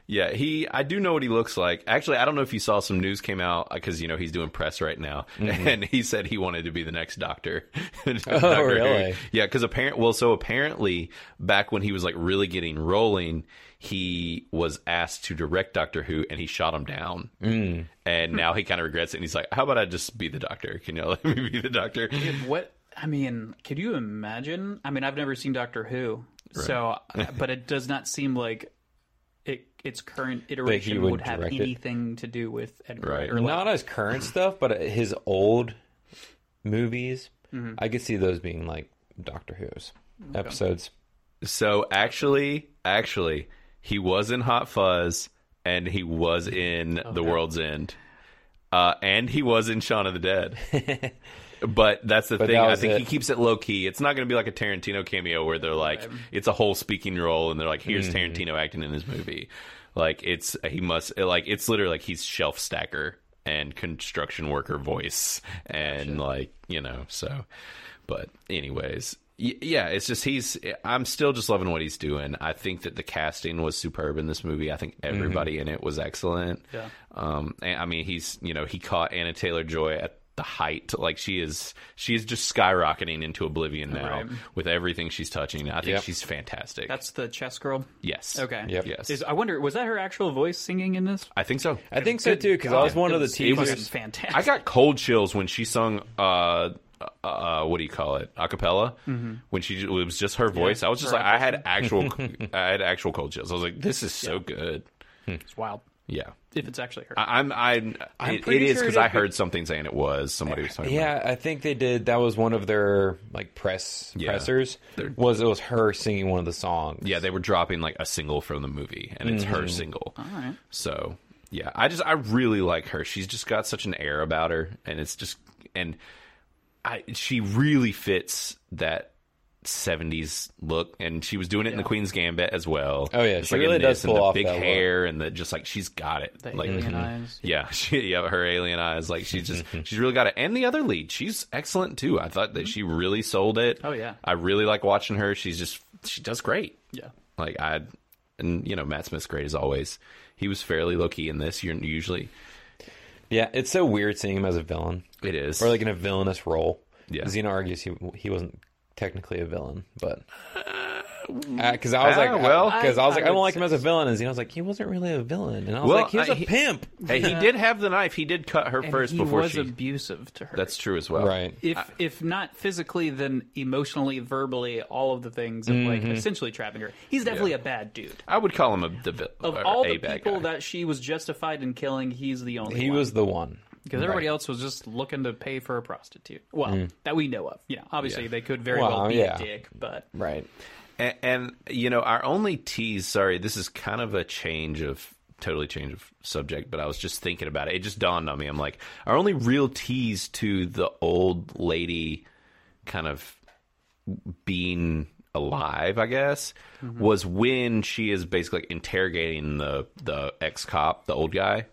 A: Yeah, he. I do know what he looks like. Actually, I don't know if you saw some news came out because you know he's doing press right now, and he said he wanted to be the next Doctor. Doctor Who.
C: really?
A: Yeah, because apparent. Well, so apparently, back when he was like really getting rolling, he was asked to direct Doctor Who, and he shot him down. Mm. And now he kind of regrets it, and he's like, "How about I just be the Doctor? Can you let me be the Doctor?"
B: what? I mean, could you imagine? I mean, I've never seen Doctor Who, so, uh, but it does not seem like it. Its current iteration
C: would
B: would have
C: direct it.
B: anything to do with Edgar. Wright,
A: Right.
B: Or like,
C: Not his current stuff, but his old movies.
B: Mm-hmm.
C: I could see those being like Doctor Who's episodes.
A: So actually, actually, he was in Hot Fuzz and he was in The World's End. Uh, and he was in Shaun of the Dead. but that's the thing.
C: that
A: I
C: was
A: think
C: it.
A: he keeps it low key. It's not going to be like a Tarantino cameo where they're like, it's a whole speaking role and they're like, here's
C: Mm-hmm.
A: Tarantino acting in this movie. Like, it's, he must, like, it's literally like he's shelf stacker and construction worker voice. And like, you know, so, but anyways, y- yeah, it's just he's. I'm still just loving what he's doing. I think that the casting was superb in this movie. I think
C: Mm-hmm.
A: everybody in it was excellent.
B: Yeah.
A: Um. And, I mean, he's you know he caught Anna Taylor Joy at the height. Like she is she is just skyrocketing into oblivion now
B: Right.
A: with everything she's touching. I think
C: Yep.
A: she's fantastic.
B: that's the chess girl.
A: yes.
B: Okay.
C: Yep.
A: Yes.
B: Is, I wonder, was that her actual voice singing in this?
A: I think so.
C: I think so too, because I was
B: God.
C: one
B: It
C: of the
B: was- it was
C: teasers.
B: fantastic.
A: I got cold chills when she sung. Uh, uh, what do you call it? Acapella. When she it was just her voice, I was just
B: Mm-hmm. her
A: like, I had actual, I had actual cold chills. I was like, this is so good.
B: It's wild.
A: Yeah,
B: If it's actually her.
A: I, I'm. I'm.
C: I'm
A: it- it
C: pretty
A: is
C: sure it
A: because
C: is
A: I heard something saying it was somebody was talking. about
C: Yeah, I think they did. That was one of their like press
A: Yeah.
C: pressers. Was it was her singing one of the songs?
A: it. yeah. They were dropping like a single from the movie, and it's
C: Mm-hmm.
A: her single.
B: All right.
A: So yeah, I just I really like her. She's just got such an air about her, and it's just and I she really fits that 70s look, and she was doing it in the Queen's Gambit as well.
C: Oh, yeah,
A: Just
C: she
A: like
C: really
A: in
C: does
A: this and
C: pull
A: the
C: off
A: big
C: that look.
A: hair and the just like she's got it.
B: The
A: like
B: alien eyes.
A: yeah, she, yeah, her alien eyes. Like she's just, she's really got it. And the other lead, she's excellent too. I thought
C: Mm-hmm.
A: that she really sold it.
B: Oh, yeah.
A: I really like watching her. She's just, she does great.
B: Yeah.
A: Like I, and you know, Matt Smith's great as always. He was fairly low key in this. You're usually
C: Yeah, it's so weird seeing him as a villain
A: it is
C: or like in a villainous role.
A: Yeah.
C: Xena argues he he wasn't technically a villain, but because I was
A: ah,
C: like,
A: well.
C: because I, was
B: I-
C: like,
B: I
C: I don't
B: would
C: like him
B: say
C: as a villain, and Xena was like, he wasn't really a villain, and I was
A: Well,
C: like, he was
A: I-
C: a
A: he-
C: pimp,
A: Hey, he did have the knife. He did cut her
B: And
A: first
B: he
A: before
B: was
A: she.
B: abusive to her.
A: That's true as well.
C: right?
B: if if not physically, then emotionally, verbally, all of the things of like essentially trapping her. He's definitely
A: Yeah.
B: a bad dude.
A: I would call him a the vil-
B: Of
A: or
B: all
A: a
B: the
A: bad
B: people
A: guy.
B: that she was justified in killing, he's the only
C: He
B: one.
C: was the one.
B: because everybody else was just looking to pay for a prostitute. Well, that we know of. You know, obviously
A: Yeah.
B: they could very
C: Well,
B: well be
C: yeah.
B: a dick, but
C: Right.
A: And, and you know, our only tease. Sorry, this is kind of a change of totally change of subject, but I was just thinking about it. It just dawned on me. I'm like, our only real tease to the old lady kind of being alive, I guess, was when she is basically interrogating the the ex cop, the old guy.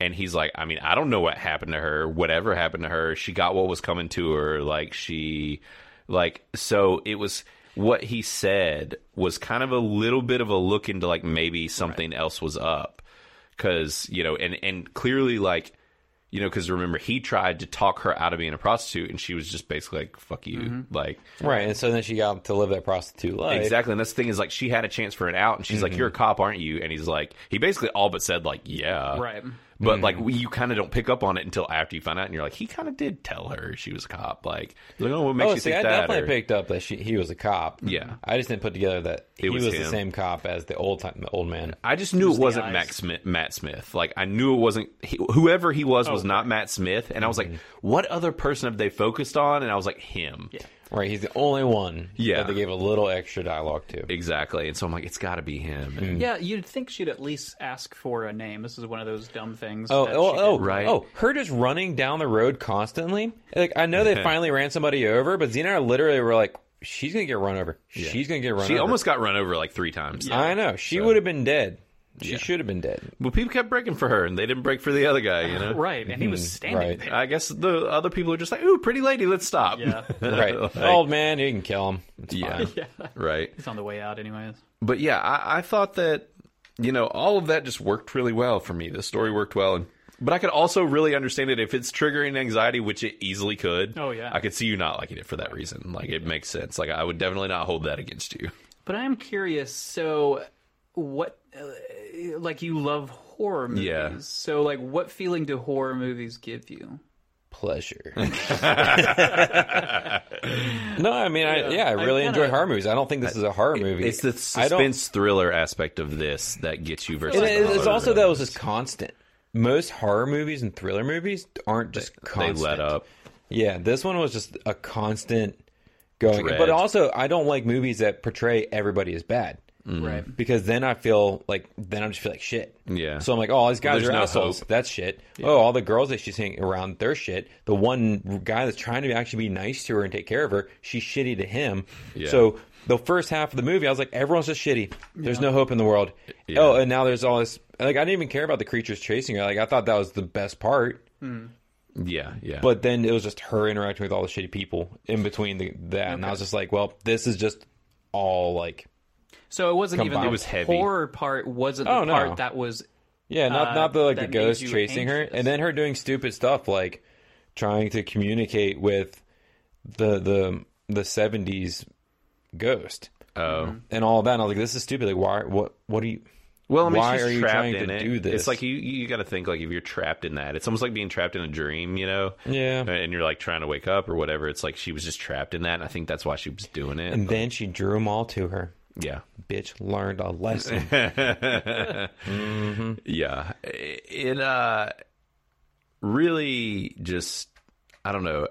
A: And he's like, I mean, I don't know what happened to her. Whatever happened to her, she got what was coming to her. Like she, like so, it was what he said was kind of a little bit of a look into like maybe something else was up, because you know, and and clearly like you know, because remember he tried to talk her out of being a prostitute, and she was just basically like, "Fuck you," like
C: Right, and so then she got to live that prostitute life.
A: exactly. And that's the thing is like she had a chance for an out, and she's like,
C: Mm-hmm.
A: "You're a cop, aren't you?" And he's like, he basically all but said like, "Yeah,"
B: right.
A: But like
C: Mm-hmm.
A: we, you kind of don't pick up on it until after you find out, and you're like, he kind of did tell her she was a cop. Like, like oh, what makes
C: Oh,
A: you
C: see,
A: think
C: I
A: that?
C: definitely
A: or-
C: picked up that she, he was a cop.
A: Yeah.
C: I just didn't put together that he
A: was
C: was, the
A: him.
C: same cop as the old time old man.
A: I just knew it wasn't
B: eyes.
A: Matt Smith, Matt Smith. Like I knew it wasn't he, whoever he
C: Oh,
A: was was not Matt Smith, and I was like,
C: Mm-hmm.
A: what other person have they focused on? And I was like, him.
C: Right, he's the only one
A: Yeah.
C: that they gave a little extra dialogue to.
A: Exactly. And so I'm like, it's got to be him. And
C: Mm-hmm.
B: Yeah, you'd think she'd at least ask for a name. This is one of those dumb things.
C: Oh,
B: that
C: oh,
B: she
C: oh,
B: did.
A: Right.
C: Oh, her just running down the road constantly. Like I know they finally ran somebody over, but Xena and I literally were like, "She's gonna get run over. She's gonna get run
A: She
C: over."
A: almost got run over like three times.
C: I know. She would have been dead. She should have been dead.
A: But people kept breaking for her, and they didn't break for the other guy. You know,
B: right, and he was standing
C: right.
B: there.
A: I guess the other people are just like, "Ooh, pretty lady, let's stop."
B: Yeah.
C: Right.
A: Like,
C: Old man, you can kill him. It's
A: yeah,
C: fine.
A: right.
B: He's on the way out, anyways.
A: But yeah, I, I thought that you know all of that just worked really well for me. The story worked well, and but I could also really understand it if it's triggering anxiety, which it easily could.
B: Oh, yeah.
A: I could see you not liking it for that reason. Like it makes sense. Like I would definitely not hold that against you.
B: But I am curious. So, what, uh, like, you love horror movies?
A: Yeah.
B: So, like, what feeling do horror movies give you?
C: Pleasure. no, I mean, I, yeah, I
B: I
C: really
B: kinda-
C: enjoy horror movies. I don't think this is a horror movie.
A: It's the
C: I don't-
A: suspense thriller aspect of this that gets you versus.
C: And
A: the
C: it- it's
A: horror
C: also that was just constant. Most horror movies and thriller movies aren't just
A: they
C: constant.
A: let up.
C: Yeah, this one was just a constant going.
A: Dread.
C: But also, I don't like movies that portray everybody as bad
A: Mm. Mm-hmm.
B: Right.
C: because then I feel like then I just feel like shit.
A: Yeah.
C: So I'm like, oh, these guys
A: There's
C: are
A: no
C: assholes.
A: hope.
C: That's shit. Oh, all the girls that she's hanging around, they're shit. The one guy that's trying to actually be nice to her and take care of her, she's shitty to him.
A: Yeah.
C: So the first half of the movie, I was like, everyone's just shitty. There's no hope in the world.
A: Yeah.
C: Oh, and now there's all this. Like, I didn't even care about the creatures chasing her. Like, I thought that was the best part.
A: Yeah, yeah.
C: But then it was just her interacting with all the shitty people in between the, that, and I was just like, well, this is just all like,
B: So it wasn't even
C: Combined.
B: the
C: It was
A: heavy.
B: horror part. Wasn't the
C: Oh, no.
B: part that was
C: yeah, not
B: Uh,
C: not the like the
B: that
C: ghost
B: made you
C: chasing
B: anxious.
C: her, and then her doing stupid stuff like trying to communicate with the the the seventies ghost
A: oh.
B: Mm-hmm.
C: and all that. And I was like, this is stupid. Like, why? What? What do you?
A: Well, I mean,
C: why
A: she's
C: are you
A: trapped
C: trying
A: in
C: to
A: it.
C: do this?
A: It's like you you got to think like if you're trapped in that, it's almost like being trapped in a dream, you know?
C: Yeah.
A: And you're like trying to wake up or whatever. It's like she was just trapped in that, and I think that's why she was doing it.
C: and then she drew them all to her.
A: yeah,
C: Bitch learned a lesson.
A: yeah. It uh, really just I don't know.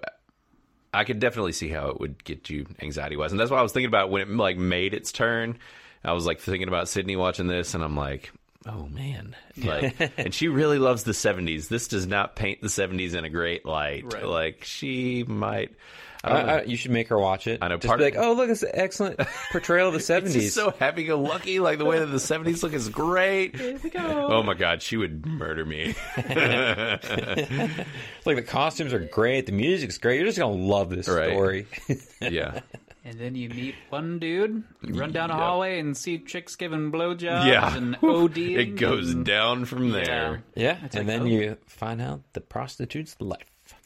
A: I could definitely see how it would get you anxiety wise, and that's why I was thinking about when it like made its turn. I was like thinking about Sydney watching this, and I'm like, oh man, like, and she really loves the '70s. This does not paint the '70s in a great light.
B: Right.
A: Like she might. I
C: I,
A: don't know.
C: I, you should make her watch it.
A: I know,
C: Just
A: part-
C: be like, oh, look, it's an excellent portrayal of the
A: It's
C: seventies.
A: just so happy-go-lucky. Like the way that the '70s look is great. Oh my God, she would murder me.
C: like the costumes are great, the music's great. You're just gonna love this
A: Right.
C: story.
A: yeah,
B: And then you meet one dude, you run down a
A: Yep.
B: hallway and see chicks giving blowjobs
A: yeah.
B: and
A: Whew.
B: OD.
A: It goes down from
B: uh,
A: there.
C: yeah, and
B: like,
C: then
B: oh.
C: you find out the prostitute's life.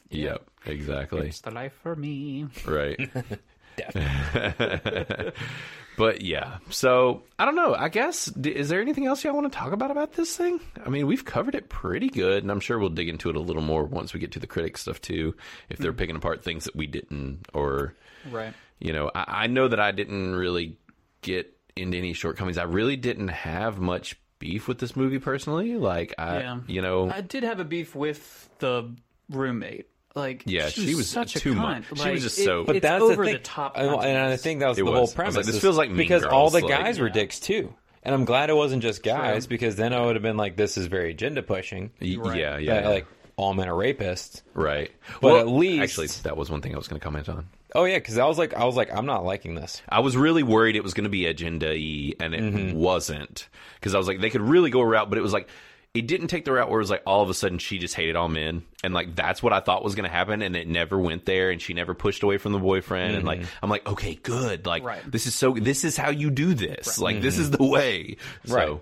A: Yep, exactly.
B: It's the life for me.
A: Right. but yeah, so I don't know. I guess d- is there anything else y'all want to talk about about this thing? I mean, we've covered it pretty good, and I'm sure we'll dig into it a little more once we get to the critic stuff too. If they're picking apart things that we didn't, or
B: Right.
A: you know, I, I know that I didn't really get into any shortcomings. I really didn't have much beef with this movie personally. Like I,
B: Yeah.
A: you know,
B: I did have a beef with the roommate. Like,
A: Yeah, she was
B: such
A: too
B: a
A: much.
B: cunt.
A: She was
B: Like,
A: just
B: it-
A: so-
C: But
B: it's
C: that's
B: over
C: the thing,
B: top.
C: and, and I
B: nonsense.
C: think that was
A: It was.
C: the
A: I
C: whole
A: was like,
C: premise.
A: this
C: is
A: feels like Mean
C: because all
A: Girls,
C: the
A: like-
C: guys were dicks too, and I'm glad it wasn't just guys because then I would have been like, this is very gender pushing.
A: y-
B: right.
A: yeah, yeah,
C: That,
A: yeah.
C: like all men are rapists.
A: right.
C: but at least-
A: actually, that was one thing I was going to comment on.
C: Oh yeah, because I was like, I was like, I'm not liking this.
A: I was really worried it was going to be agenda y, and it
C: Mm-hmm.
A: wasn't. Because I was like, they could really go a route, but it was like, it didn't take the route where it was like, all of a sudden she just hated all men. And like, that's what I thought was going to happen. And it never went there. And she never pushed away from the boyfriend. And like,
C: Mm-hmm.
A: I'm like, okay, good. Like,
B: Right.
A: this is so, this is how you do this. Like, this is the way.
C: Mm-hmm. Right.
A: So,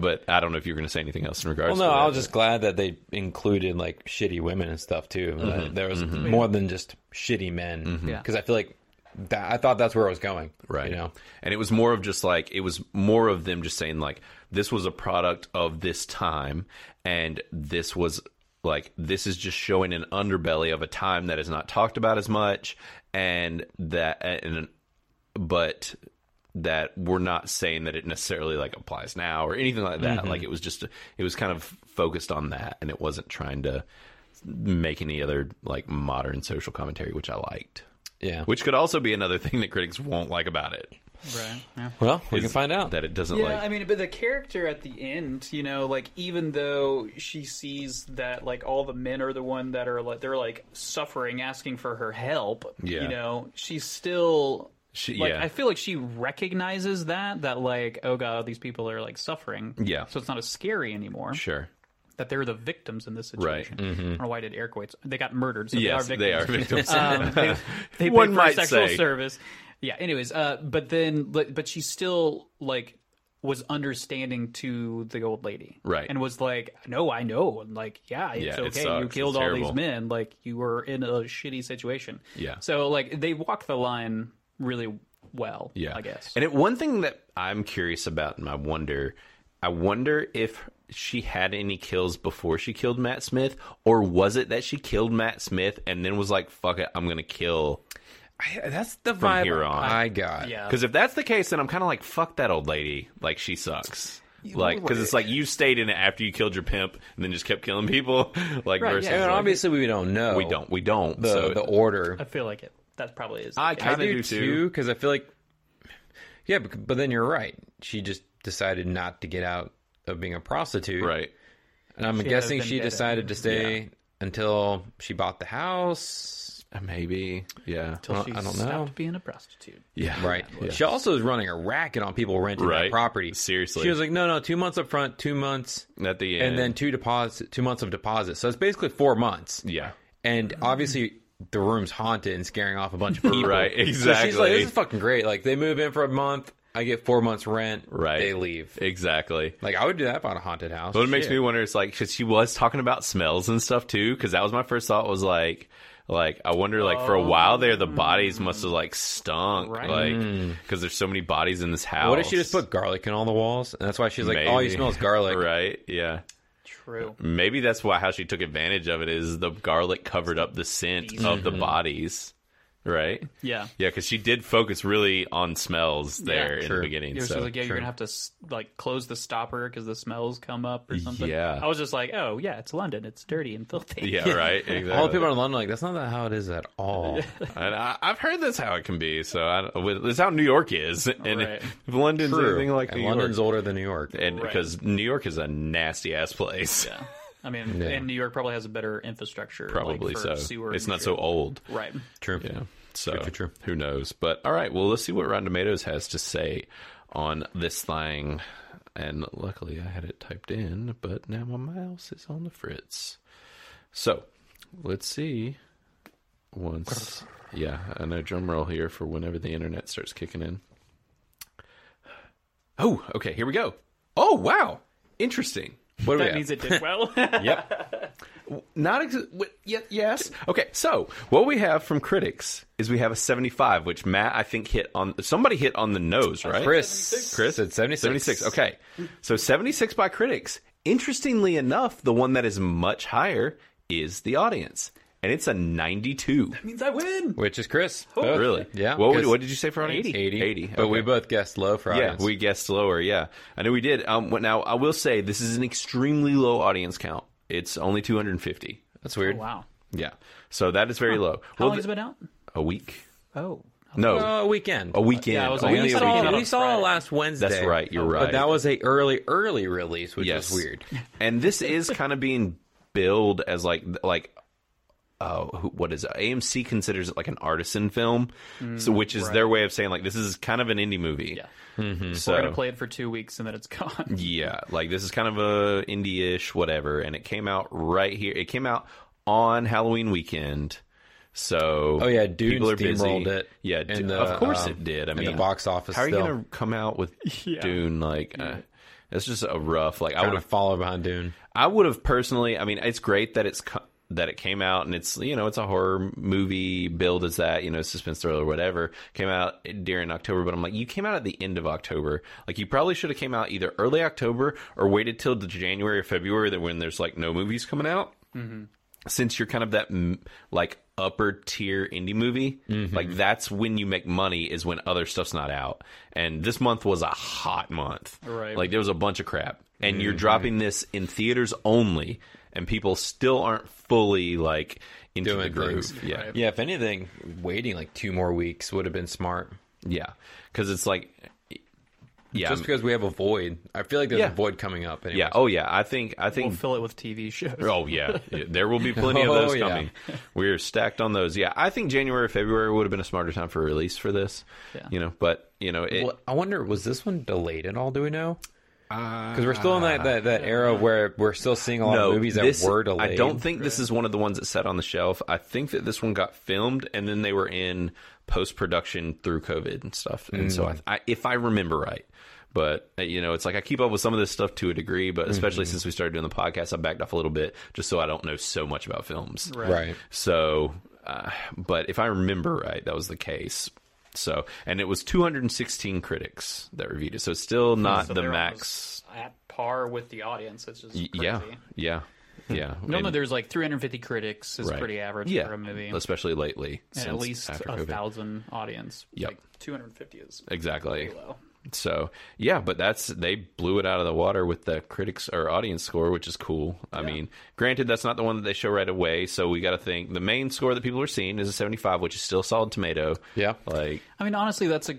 A: but I don't know if you're going to say anything else in regards
C: Well, no,
A: to that.
C: I was just glad that they included like shitty women and stuff too.
A: Mm-hmm.
C: That There was more than just shitty men.
B: Yeah.
C: Because I feel like that, I thought that's where I was going.
A: right
C: You know.
A: and it was more of just like it was more of them just saying like this was a product of this time and this was like this is just showing an underbelly of a time that is not talked about as much and that and but that we're not saying that it necessarily like applies now or anything like that like it was just it was kind of focused on that and it wasn't trying to make any other like modern social commentary which i liked
C: Yeah.
A: which could also be another thing that critics won't like about it
B: Right. Yeah.
C: well, we can
A: is
C: find out.
A: that it doesn't
B: Yeah,
A: like
B: I mean, but the character at the end, you know, like even though she sees that like all the men are the one that are like they're like suffering, asking for her help.
A: Yeah.
B: you know, she's still.
A: She-
B: like,
A: yeah.
B: I feel like she recognizes that that like oh god these people are like suffering
A: Yeah.
B: so it's not as scary anymore
A: sure
B: that they're the victims in this
A: Right. mm-hmm.
B: situation I don't know why I did air quotes they got murdered so
A: yes
B: they are
A: they are victims
B: victims um, they, they
A: One
B: paid for
A: might
B: sexual
A: say.
B: service. Yeah. Anyways, uh, but then, but, but she still like was understanding to the old lady,
A: Right.
B: And was like, "No, I know," and like, "Yeah, it's
A: Yeah, it
B: okay.
A: sucks.
B: you
A: It's
B: killed all
A: terrible.
B: these men. Like, you were in a shitty situation."
A: Yeah.
B: So like, they walk the line really well.
A: yeah
B: I guess.
A: and it one thing that i'm curious about and i wonder i wonder if she had any kills before she killed matt smith or was it that she killed matt smith and then was like fuck it i'm gonna kill
C: I, that's the
A: From
C: vibe
A: here on.
C: I got.
B: yeah.
A: because if that's the case then i'm kind of like fuck that old lady like she sucks like because it's like you stayed in it after you killed your pimp and then just kept killing people like
B: Right,
A: versus
B: yeah.
C: And
A: like,
C: obviously, we don't know.
A: we don't we don't
C: the
A: so
C: the order.
B: I feel like it. That probably is.
A: I
B: the
A: kinda
B: case.
C: I do
A: do too.
C: too because I feel like yeah, but, but then you're right. She just decided not to get out of being a prostitute,
A: right
C: And I'm
B: had a
C: guessing she
B: vendetta.
C: decided to stay until she bought the house,
A: maybe yeah
B: Till
C: I
B: she
C: don't- I don't
B: stopped
C: know.
B: being a prostitute.
A: yeah
C: right? She also is running a racket on people renting
A: Right.
C: that property.
A: Seriously.
C: she was like, no, no, two months up front, two months,
A: at the end
C: and then two deposits, two months of deposits. So it's basically four months.
A: yeah
C: And obviously, the room's haunted and scaring off a bunch of people.
A: Right,
C: So she's like,
A: exactly.
C: this is fucking great. Like, they move in for a month. I get four months rent.
A: Right.
C: They leave.
A: exactly
C: Like, I would do that about a haunted house.
A: but it makes
C: Shit.
A: me wonder it's like because she was talking about smells and stuff too because that was my first thought was like like i wonder like for a while there the bodies must have like stunk
B: Right.
A: like because there's so many bodies in this house
C: What if she just put garlic in all the walls? And that's why she's like, all you
A: Maybe.
C: smell is garlic.
A: right yeah
B: True.
A: maybe that's why how she took advantage of it is the garlic covered up the scent of the bodies right?
B: Yeah.
A: Yeah, because she did focus really on smells there
B: Yeah.
A: in
C: Sure.
A: the beginning.
B: You're
A: so.
B: supposed like, yeah,
C: sure.
B: you're gonna have to s- like close the stopper because the smells come up or something.
A: Yeah.
B: I was just like, oh yeah, it's London, it's dirty and filthy.
A: yeah, right. Exactly.
C: All the people in London are like that's not how it is at all.
A: And I, I've heard that's how it can be. So I, don't- with- that's how New York is, and
B: Right.
A: if London's anything like
C: and
A: New
C: London's
A: York,
C: older than New York.
A: and
B: Right.
A: because New York is a nasty ass place,
B: Yeah. I mean,
C: Yeah.
B: and New York probably has a better infrastructure. like,
A: probably
B: for
A: so.
B: Sewer
A: It's
B: and
A: not
B: shit.
A: so old.
B: Right.
C: True.
A: Yeah. So
C: True, true, true.
A: who knows? But all right, well, let's see what Rotten Tomatoes has to say on this thing. And luckily, I had it typed in, but now my mouse is on the fritz. So let's see. Once, yeah, I know drum roll here for whenever the internet starts kicking in. Oh, okay, here we go. Oh, wow, interesting.
C: What do we
B: That
C: have?
B: means it did well.
C: Yep.
A: Not ex- w- y- yes. Okay, so what we have from critics is we have a 75, which Matt I think hit on somebody hit on the nose, right?
C: Chris. Chris at 76.
A: 76. Okay. So 76 by critics. Interestingly enough, the one that is much higher is the audience. And it's a 92.
B: means I win.
C: Which is Chris. Both.
A: Really?
C: Yeah.
A: What,
C: because-
A: what did you say for audience?
C: 80.
A: 80.
C: But we
A: okay.
C: both guessed low for
A: Yeah,
C: audience.
A: we guessed lower. Yeah, I know we did. Um, what- now I will say this is an extremely low audience count. It's only 250.
C: That's weird.
B: Wow.
A: Yeah, so that is very low.
B: How
A: Well,
B: long
A: th-
B: has it been out?
A: a week?
B: Oh.
A: No,
C: Uh, a weekend.
A: a weekend.
B: Yeah, I was like,
A: Only
C: we
B: we
A: a
B: saw-
A: weekend.
C: saw,
B: weekend.
C: we saw it last Wednesday.
A: That's right. You're right.
C: Oh, But that was a early, early release, which
A: yes,
C: is weird.
A: and this is kind of being billed as like like. Oh, who- what is it? AMC considers it like an artisan film, so which is their way of saying like this is kind of an indie movie.
B: Mm,
A: Hmm.
B: Yeah.
A: So
B: We're gonna play it for two weeks and then it's gone.
A: Yeah, like this is kind of a indie-ish whatever, and it came out right here. It came out on Halloween weekend, so
C: Oh, yeah, Dune
A: people are
C: steamrolled
A: busy.
C: it
A: Yeah,
C: in
A: Du-
C: the,
A: of course
C: um,
A: it did. I
C: in the
A: mean,
C: box office
A: How are you
C: still.
A: gonna come out with
B: Yeah.
A: Dune? Like, uh, it's just a rough. Like, I would
C: Kind of
A: have,
C: follow behind Dune.
A: I would have personally. I mean, it's great that it's co- that it came out, and it's you know, it's a horror movie build as that, you know, suspense thriller, whatever. Came out during October, but I'm like, you came out at the end of October. Like, you probably should have came out either early October or waited till the January or February, that when there's like no movies coming out since you're kind of that m- like upper tier indie movie
C: Mm-hmm.
A: like that's when you make money is when other stuff's not out and this month was a hot month
B: Right.
A: like there was a bunch of crap and
C: Mm-hmm.
A: you're dropping this in theaters only and people still aren't fully like into
C: Doing
A: the groove
C: things.
A: yeah
C: Yeah, if anything, waiting like two more weeks would have been smart.
A: yeah because it's like yeah
C: Just because we have a void. I feel like there's
A: Yeah.
C: a void coming up. Anyway.
A: yeah oh yeah i think i think
B: We'll fill it with TV shows.
A: Oh yeah, Yeah, there will be plenty of
C: Oh,
A: those
C: yeah.
A: coming. We're stacked on those. Yeah, I think January, February would have been a smarter time for release for this.
B: Yeah.
A: You know, but you know, it,
C: Well, I wonder, was this one delayed at all? Do we know? Because we're still in that, that, that era where we're still seeing a lot
A: no
C: of movies that
A: this-
C: were delayed.
A: I don't think this is one of the ones that sat on the shelf. I think that this one got filmed and then they were in post production through COVID and stuff. And so,
C: Mm.
A: I, I, if I remember right. But uh, you know, it's like I keep up with some of this stuff to a degree, but especially
C: Mm-hmm.
A: since we started doing the podcast, I backed off a little bit just so I don't know so much about films.
B: Right.
C: Right.
A: So, uh, but if I remember right, that was the case. So, and it was 216 critics that reviewed it. So it's still not
B: Hmm. So
A: the
B: they're
A: max.
B: almost At par with the audience, it's just
A: Y-
B: crazy.
A: Yeah. Yeah. Yeah.
B: Normally,
A: And-
B: there's like 350 critics. is
A: right.
B: pretty average
A: Yeah.
B: for a movie.
A: Especially lately.
B: and
A: since
B: at least
A: after
B: a
A: COVID.
B: thousand audience.
A: Yep.
B: Like 250 is
A: Exactly.
B: pretty low.
A: So, yeah, but that's, they blew it out of the water with the critics or audience score, which is cool. I mean, granted, that's not the one that they show right away. So we got to think the main score that people are seeing is a 75, which is still solid tomato.
C: Yeah.
A: Like,
B: I mean, honestly, that's a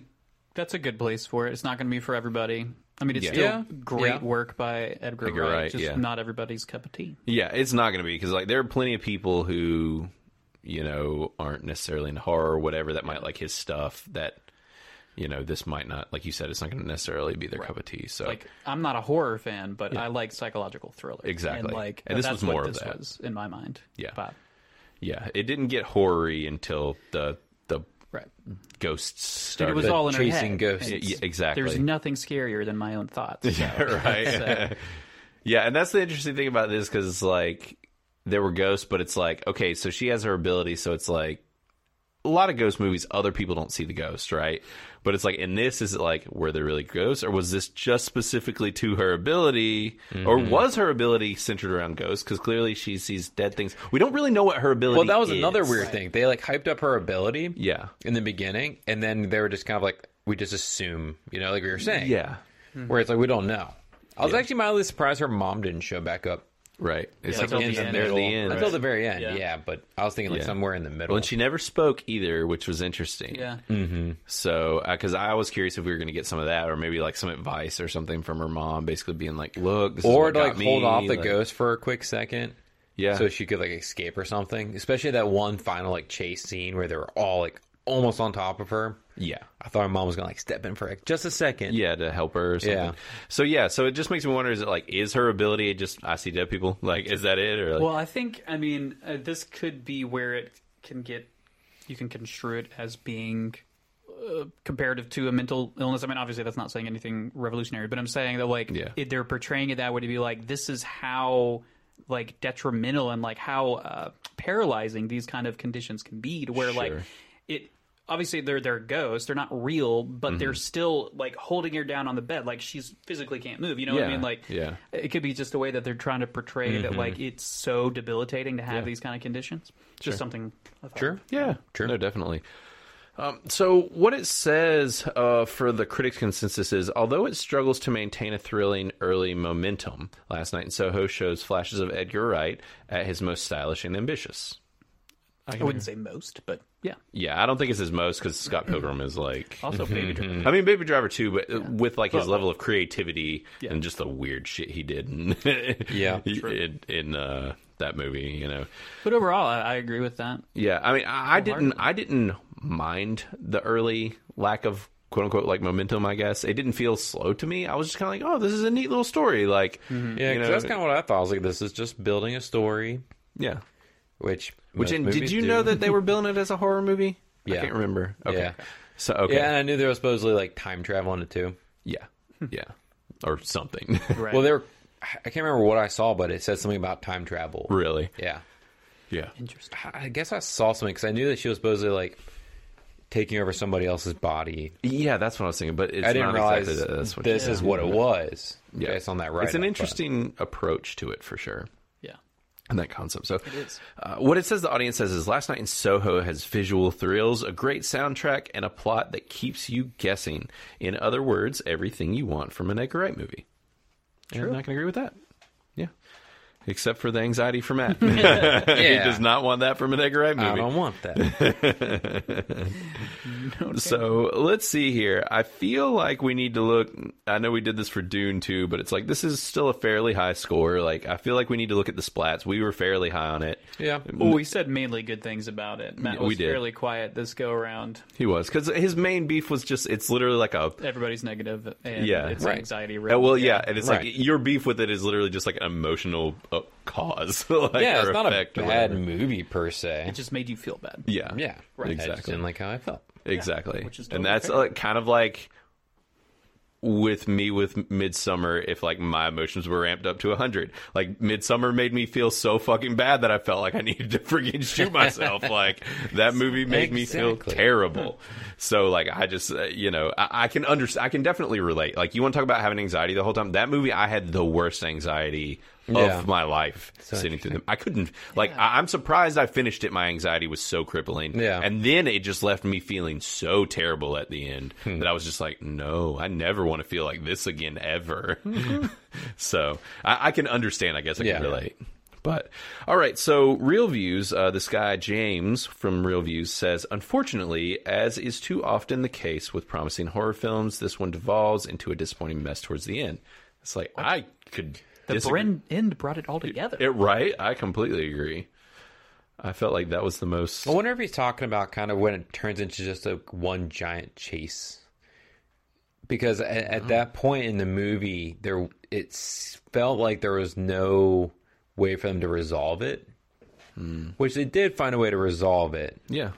B: that's a good place for it. It's not going to be for everybody. I mean, it's
A: Yeah.
B: still
C: Yeah.
B: great
C: Yeah.
B: work by Edgar,
A: Edgar
B: Wright.
A: Wright,
B: Just
A: yeah.
B: not everybody's cup of tea.
A: Yeah, it's not going to be because like there are plenty of people who you know aren't necessarily into horror or whatever that might like his stuff that you know this might not like you said it's not going to necessarily be their cup of tea. So
B: Like, I'm not a horror fan, but I like psychological thrillers.
A: Exactly.
B: And, like,
A: And this was
B: that's
A: more
B: what
A: of
B: this
A: that.
B: was in my mind.
A: Yeah.
B: But,
A: yeah, it didn't get horror-y until the the
B: right.
A: ghosts
B: Dude,
A: started.
B: it was all in her
C: chasing
B: head,
C: ghosts.
B: and
A: Yeah, exactly.
B: There's nothing scarier than my own thoughts.
A: Yeah, right. yeah, and that's the interesting thing about this because it's like there were ghosts, but it's like okay, so she has her ability, so it's like a lot of ghost movies, other people don't see the ghost, right? But it's like in this, is it like were there really ghosts, or was this just specifically to her ability, or
C: Mm-hmm.
A: was her ability centered around ghosts? Because clearly she sees dead things. We don't really know what her ability.
C: Well, that was
A: is.
C: another weird thing. They like hyped up her ability
A: Yeah,
C: in the beginning, and then they were just kind of like, we just assume, you know, like we were saying.
A: yeah, Mm-hmm.
C: Where it's like, we don't know. I was actually mildly surprised her mom didn't show back up.
A: right. It's
B: Yeah,
A: like
B: until
A: in
B: the end.
A: near the end.
C: Until the very end, yeah.
B: Yeah.
C: But I was thinking like
A: Yeah.
C: somewhere in the middle.
A: Well, and she never spoke either, which was interesting.
B: Yeah.
A: So, because I was curious if we were going to get some of that, or maybe like some advice or something from her mom, basically being like, "Look, this
C: or
A: is what
C: to
A: got
C: like
A: me,
C: hold off the
A: like-
C: ghost for a quick second.
A: Yeah,
C: so she could like escape or something. Especially that one final like chase scene where they were all like almost on top of her.
A: yeah,
C: I thought my mom was gonna like step in for like, just a second.
A: yeah, to help her. Or something.
C: Yeah.
A: So yeah, so it just makes me wonder: is it like is her ability just I see dead people? Like, is that it? Or like,
B: Well, I think I mean uh, this could be where it can get you can construe it as being uh, comparative to a mental illness. I mean, obviously that's not saying anything revolutionary, but I'm saying that like
A: Yeah.
B: it, they're portraying it that way to be like this is how like detrimental and like how uh, paralyzing these kind of conditions can be to where like
A: Sure.
B: it obviously they're they're ghosts they're not real but they're
A: Mm-hmm.
B: still like holding her down on the bed like she's physically can't move you know what
A: Yeah,
B: i mean like
A: yeah.
B: it could be just a way that they're trying to portray that like it's so debilitating to have these kind of conditions just something I thought.
C: Sure.
A: yeah,
C: Sure.
A: no, definitely. Um, so what it says uh, for the critics' consensus is, although it struggles to maintain a thrilling early momentum, last night in Soho shows flashes of Edgar Wright at his most stylish and ambitious.
B: i wouldn't say most but yeah
A: Yeah, I don't think it's his most because Scott Pilgrim is like.
B: also baby driver
A: I mean, Baby Driver too, but uh with like his level of creativity and just the weird shit he did in,
C: Yeah.
A: in, in uh, that movie, you know.
B: but overall I, I agree with that
A: Yeah, I mean, I, I didn't, I didn't mind the early lack of quote unquote like momentum. I guess it didn't feel slow to me. I was just kind of like, oh, this is a neat little story. Like,
C: Yeah, 'cause
A: you know,
C: that's kind of what I thought. I was like, this is just building a story,
A: yeah.
C: which
A: Which
C: most
A: and did
C: movies
A: you
C: do.
A: know that they were billing it as a horror movie? I
C: Yeah.
A: can't remember. Okay.
C: Yeah.
A: So okay.
C: Yeah, and I knew there was supposedly like time travel in it too.
A: Yeah. Yeah. Or something.
B: right
C: Well, there, I can't remember what I saw, but it said something about time travel.
A: really.
C: Yeah,
A: Yeah.
B: interesting
C: I- I guess I saw something because I knew that she was supposedly like taking over somebody else's body.
A: Yeah, that's what I was thinking, but it's
C: I didn't
A: not
C: realize
A: exactly that- that's what
C: this
A: you-
C: is what it was
A: Yeah.
C: based on that. Right,
A: It's an interesting approach to it for sure.
B: yeah
A: and that concept. So it
B: is.
A: Uh, what it says the audience says is last night in Soho has visual thrills, a great soundtrack, and a plot that keeps you guessing. In other words, everything you want from an Edgar Wright movie. True. And I can agree with that. Yeah. Except for the anxiety for Matt. he
C: Yeah,
A: does not want that from an Edgar Wright movie.
C: I don't want that.
A: So let's see here. I feel like we need to look. I know we did this for Dune too, but it's like this is still a fairly high score. Like I feel like we need to look at the splats. We were fairly high on it.
C: yeah,
B: well we said mainly good things about it matt
A: Mm-hmm. Yeah, we
B: was
A: did.
B: fairly quiet this go around
A: He was because his main beef was just it's literally like a
B: everybody's negative and
A: Yeah.
B: it's
C: Right.
B: anxiety
A: Uh,
B: ridden.
A: well, yeah, and it's like
C: Right.
A: your beef with it is literally just like an emotional uh, cause. like,
C: yeah.
A: or
C: It's not a
A: effect or
C: bad
A: whatever.
C: movie per se.
B: it just made you feel bad
A: Yeah,
C: Yeah, I just
A: exactly,
C: didn't like how I felt.
A: exactly.
B: which is
A: and
B: totally
A: that's
B: fair.
A: like kind of like with me with Midsummer. If like my emotions were ramped up to hundred, like Midsummer made me feel so fucking bad that I felt like I needed to freaking shoot myself. like that movie made me feel
C: Exactly.
A: terrible. so like I just uh, you know I, I can understand. I can definitely relate. Like you want to talk about having anxiety the whole time. That movie, I had the worst anxiety
C: Yeah.
A: of my life sitting through them. I couldn't like I, I'm surprised I finished it. My anxiety was so crippling.
C: Yeah.
A: and then it just left me feeling so terrible at the end
C: Hmm.
A: that I was just like, no, I never want to feel like this again ever. so I, I can understand. I guess I
C: Yeah.
A: can relate. But all right, so Real Views, uh, this guy James from Real Views says, unfortunately, as is too often the case with promising horror films, this one devolves into a disappointing mess towards the end. It's like I could
B: the Bren end brought it all together
A: it right. I completely agree. I felt like that was the most.
C: I wonder if he's talking about kind of when it turns into just a one giant chase. Because at, at that point in the movie, there it s- felt like there was no way for them to resolve it, which they did find a way to resolve it.
A: Yeah,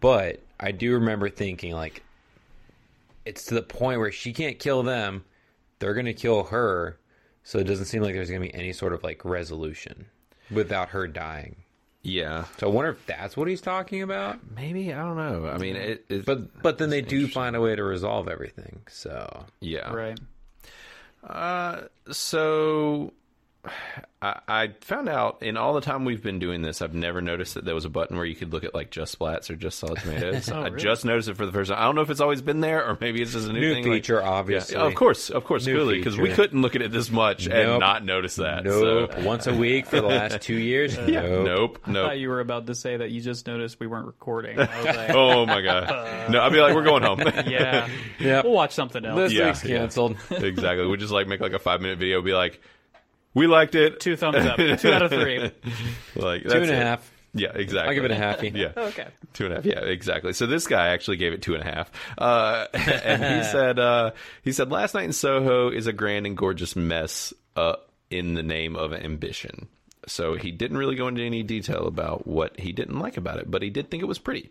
C: But I do remember thinking like, it's to the point where she can't kill them; they're gonna kill her. So it doesn't seem like there's gonna be any sort of like resolution without her dying.
A: Yeah,
C: So I wonder if that's what he's talking about.
A: maybe I don't know. I mean, it, it
C: But but then they do find a way to resolve everything. So
A: yeah,
B: Right.
A: so I, I found out in all the time we've been doing this, I've never noticed that there was a button where you could look at like just splats or just solid tomatoes.
C: Oh,
A: I
B: really?
A: just noticed it for the first time. I don't know if it's always been there or maybe it's just a new,
C: New
A: thing,
C: feature,
A: like,
C: obviously.
A: Yeah, of course, of course,
C: New
A: clearly, because we
C: feature.
A: couldn't look at it this much and
C: Nope.
A: not notice that.
C: nope.
A: So.
C: Once a week for the last two years.
A: Yeah. Nope.
B: I
A: Nope.
B: thought you were about to say that you just noticed we weren't recording. I was like,
A: Oh my god. No, I'd be like, we're going home.
B: yeah,
C: Yep.
B: we'll watch something else.
C: This
A: Yeah,
C: week's
A: yeah.
C: canceled.
A: exactly. We just like make like a five minute video, be like, we liked it.
B: Two thumbs up. Two out of three.
A: Like
C: Two and a half.
A: Yeah, exactly.
C: I'll give it a halfy.
A: Yeah.
B: Okay.
A: Two and a half. Yeah, exactly. So this guy actually gave it two and a half. Uh, and he said, uh, he said, last night in Soho is a grand and gorgeous mess uh, in the name of ambition. So he didn't really go into any detail about what he didn't like about it, but he did think it was pretty.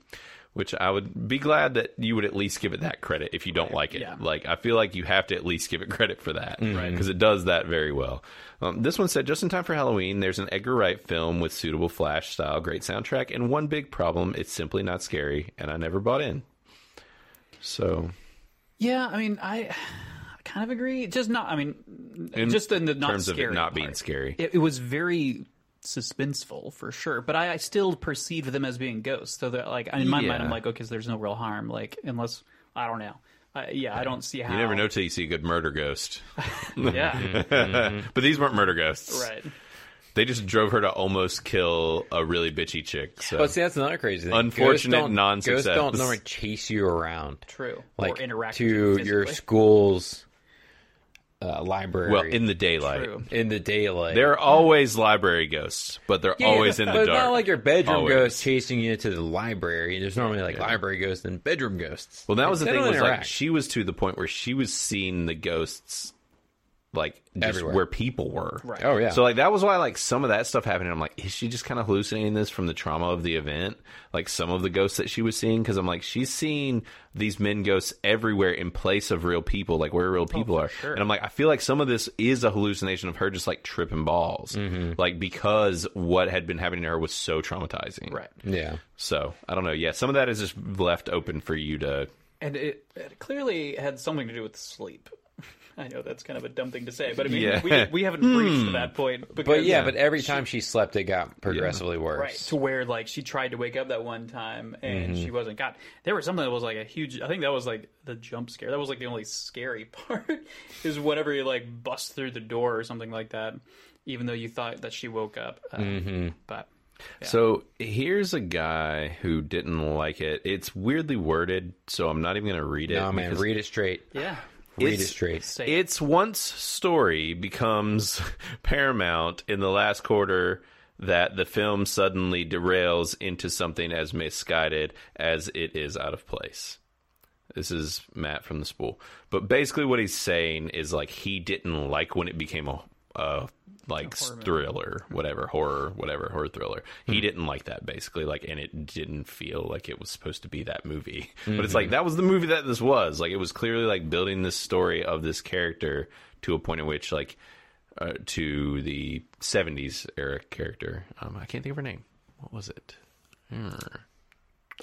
A: Which I would be glad that you would at least give it that credit if you don't like it.
B: Yeah.
A: Like I feel like you have to at least give it credit for that,
B: Mm-hmm.
A: right? Because it does that very well. Um, this one said, just in time for Halloween, there's an Edgar Wright film with suitable Flash style, great soundtrack, and one big problem: it's simply not scary, and I never bought in. So
B: Yeah, I mean, I I kind of agree. Just not. I mean, just in the not
A: terms
B: scary
A: of it not being
B: part.
A: scary,
B: It, it was very suspenseful for sure, but I, I still perceive them as being ghosts. So that, like, in my mind,
A: Yeah.
B: I'm like, okay, so there's no real harm. Like, unless I don't know. I yeah, I don't see how.
A: you never know till you see a good murder ghost.
B: Yeah.
A: but these weren't murder ghosts.
B: Mm-hmm. right.
A: They just drove her to almost kill a really bitchy chick. So
C: But see, that's another crazy thing.
A: Unfortunate
C: Ghosts don't-
A: non-success.
C: Ghosts don't normally chase you around.
B: True.
C: Like
B: or interact
C: to
B: physically.
C: your school's uh, library.
A: well, in the daylight.
B: True.
C: in the daylight.
A: They're always library ghosts, but they're always in the
C: but
A: dark.
C: not like your bedroom
A: Always.
C: ghost chasing you to the library. There's normally like library ghosts and bedroom ghosts.
A: Well, that was the
C: They
A: thing.
C: don't
A: Was like
C: interact.
A: she was to the point where she was seeing the ghosts, like just
C: Everywhere.
A: where people were.
B: Right.
C: oh yeah.
A: So like that was why like some of that stuff happened. I'm like, is she just kind of hallucinating this from the trauma of the event? Like some of the ghosts that she was seeing, because I'm like, she's seeing these men ghosts everywhere in place of real people, like where
B: Oh,
A: real people are. And I'm like, I feel like some of this is a hallucination of her just like tripping balls,
C: Mm-hmm.
A: like because what had been happening to her was so traumatizing.
B: Right.
C: yeah.
A: So I don't know. Yeah, some of that is just left open for you to.
B: And it, it clearly had something to do with sleep. I know that's kind of a dumb thing to say, but I mean,
A: Yeah. Hmm.
B: we, we haven't reached that point. Because,
C: But yeah, but every time she slept, it got progressively worse.
B: Right, to where like she tried to wake up that one time and
A: Mm-hmm.
B: she wasn't. God, there was something that was like a huge. I think that was like the jump scare. That was like the only scary part is whenever you like bust through the door or something like that. Even though you thought that she woke up, uh,
A: Mm-hmm.
B: but
A: So here's a guy who didn't like it. It's weirdly worded, so I'm not even going to read it.
C: No man,
A: because
C: read it straight.
B: yeah,
C: Read it
A: It's-
C: straight.
B: say it.
A: Its once story becomes paramount in the last quarter that the film suddenly derails into something as misguided as it is out of place. This is Matt from the spool. But basically, what he's saying is like he didn't like when it became a, a like thriller, whatever horror, whatever horror thriller.
B: Hmm.
A: He didn't like that basically, like, and it didn't feel like it was supposed to be that movie. But it's
B: Mm-hmm.
A: like that was the movie that this was. Like, it was clearly like building this story of this character to a point in which like uh, to the '70s era character. Um, I can't think of her name. What was it?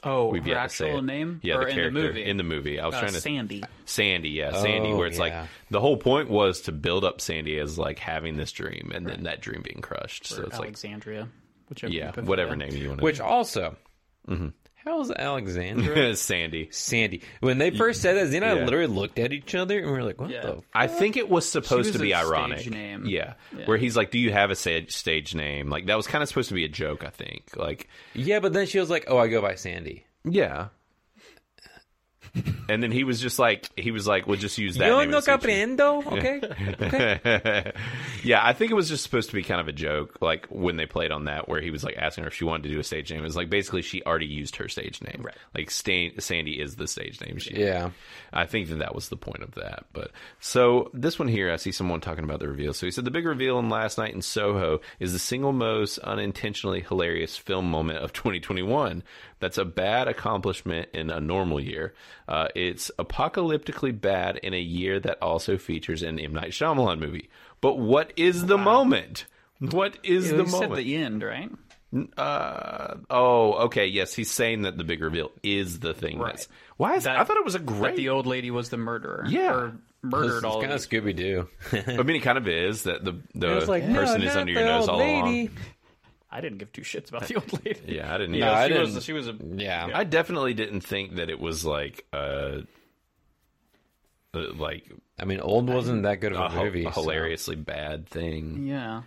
B: Oh,
A: We've
B: her
A: yet to say
B: actual
A: it.
B: name
A: yeah,
B: or
A: the
B: in
A: character
B: the movie
A: in the movie. I was
B: Uh,
A: trying to
B: Sandy.
A: Sandy, yeah, Sandy, where it's
C: yeah.
A: like the whole point was to build up Sandy as like having this dream and then that dream being crushed. So it's like,
B: Alexandria, whichever you
A: yeah,
B: prefer.
A: whatever name you want to
C: Which also,
A: Mm-hmm.
C: how is Alexandra
A: Sandy.
C: Sandy? When they first said that, Zena and I
A: Yeah.
C: literally looked at each other and we were like, "What
B: Yeah.
C: the?" F-?
A: I think it was supposed
B: She
A: to
B: was
A: be
B: a stage
A: ironic.
B: name.
A: Yeah. Where he's like, Do you have a sa- stage name? Like, that was kind of supposed to be a joke, I think. Like,
C: Yeah, but then she was like, "Oh, I go by Sandy."
A: yeah. and then he was just like, He was like, We'll just use that.
C: Yo
A: name
C: no
A: as a stage
C: comprendo, okay?
A: yeah, I think it was just supposed to be kind of a joke, like when they played on that, where he was like asking her if she wanted to do a stage name. It was like basically she already used her stage name.
B: Right.
A: Like Stan- Sandy is the stage name. She,
C: yeah.
A: I think that that was the point of that. But so this one here, I see someone talking about the reveal. So he said the big reveal in last night in Soho is the single most unintentionally hilarious film moment of 2021. That's a bad accomplishment in a normal year. Uh, it's apocalyptically bad in a year that also features an M Night Shyamalan movie. But what is the moment? What is
B: You
A: the
B: said
A: moment?
B: the end, right?
A: Uh, oh, okay. Yes, he's saying that the big reveal is the thing.
B: Right.
A: That's, why is that? I thought it was a
B: That
A: great.
B: the old lady was the murderer.
A: Yeah.
B: Or murdered all
C: kind
B: of
C: of
B: these.
C: Scooby Doo.
A: I mean, it kind of is that the the
C: It's like
A: person
C: no,
A: is
C: not
A: under your
C: the
A: nose
C: old
A: all
C: lady.
A: along.
B: I didn't give two shits about the old lady.
A: Yeah, I didn't.
C: No,
A: know.
C: I
B: she
C: didn't-
B: was she was a
C: Yeah.
A: I definitely didn't think that it was like uh, uh, like
C: I mean, old wasn't that good of a,
A: a, hu-
C: movie.
A: a
C: so-
A: hilariously bad thing.
B: yeah.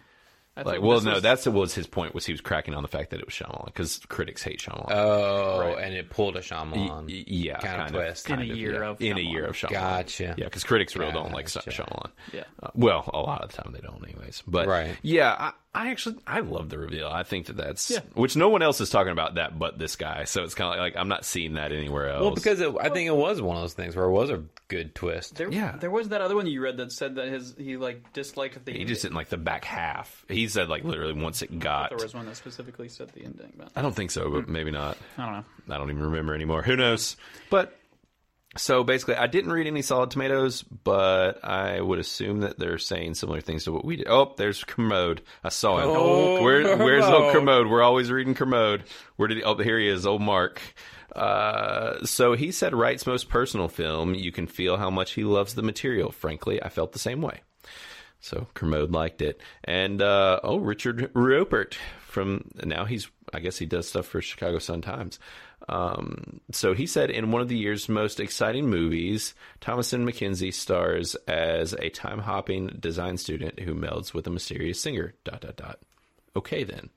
B: I
A: Like,
B: thought
A: well,
B: this
A: no,
B: was-
A: that's what was his point was he was cracking on the fact that it was Shyamalan because critics hate Shyamalan.
C: Oh, and it pulled a Shyamalan.
A: Y- yeah,
C: kind, of twist.
B: In a year
A: yeah.
B: of
A: in a
B: Shyamalan.
A: year of Shyamalan.
C: Gotcha.
A: Yeah, because critics really don't like Shy-
C: Gotcha.
A: Shyamalan.
B: Yeah.
A: Uh, well, a lot of the time they don't, anyways. But
C: Right.
A: yeah, I, I actually I love the reveal. I think that that's
B: Yeah.
A: which no one else is talking about that but this guy. So it's kind of like, I'm not seeing that anywhere else.
C: Well, because it, I think it was one of those things where it was a good twist.
B: There,
A: Yeah.
B: there was that other one you read that said that his he like disliked the
A: he just didn't like the back half. He said like literally once it got.
B: There was one that specifically said the ending, but
A: I don't think so, but maybe not.
B: I don't know.
A: I don't even remember anymore. Who knows? But so basically, I didn't read any Solid Tomatoes, but I would assume that they're saying similar things to what we did. Oh, there's Kermode. I saw him.
C: Oh,
A: Where, where's old
C: Kermode.
A: Kermode? We're always reading Kermode. Where did he? Oh, here he is, old Mark. Uh, so he said, Wright's most personal film. You can feel how much he loves the material. Frankly, I felt the same way. So Kermode liked it. And uh, oh, Richard Rupert from now he's I guess he does stuff for Chicago Sun Times. Um, so he said in one of the year's most exciting movies, Thomason McKenzie stars as a time hopping design student who melds with a mysterious singer. Dot dot dot. Okay then.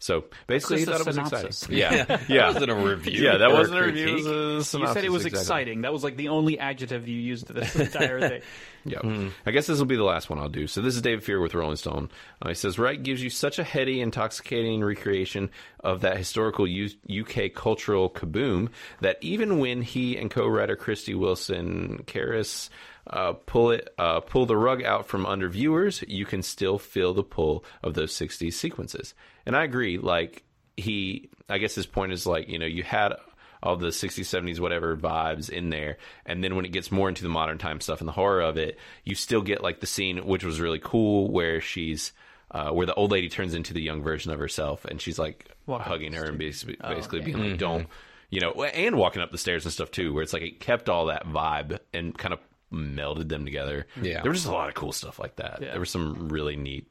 A: So basically, he
B: That's
A: thought it was
B: just a synopsis.
A: exciting. Yeah,
C: That
A: yeah,
C: wasn't a review.
A: yeah. That
C: or
A: wasn't a
C: critique.
A: review. It was a
B: You said it
A: uh, synopsis,
B: was
A: exactly.
B: exciting. That was like the only adjective you used to this entire thing.
A: Yeah. I guess this will be the last one I'll do. So this is David Fear with Rolling Stone. Uh, he says, Wright gives you such a heady, intoxicating recreation of that historical U- UK cultural kaboom that even when he and co-writer Christy Wilson Karras uh, pull it, uh, pull the rug out from under viewers, you can still feel the pull of those 60s sequences. And I agree. Like he, I guess his point is like, you know, you had all the 60s, 70s, whatever vibes in there. And then when it gets more into the modern time stuff and the horror of it, you still get like the scene, which was really cool, where she's, uh, where the old lady turns into the young version of herself and she's like
B: Walking up Oh,
A: hugging her and basically, basically being like, don't,
C: Mm-hmm.
A: you know, and walking up the stairs and stuff too, where it's like it kept all that vibe and kind of melded them together.
C: Yeah.
A: There was just a lot of cool stuff like that. There were some really neat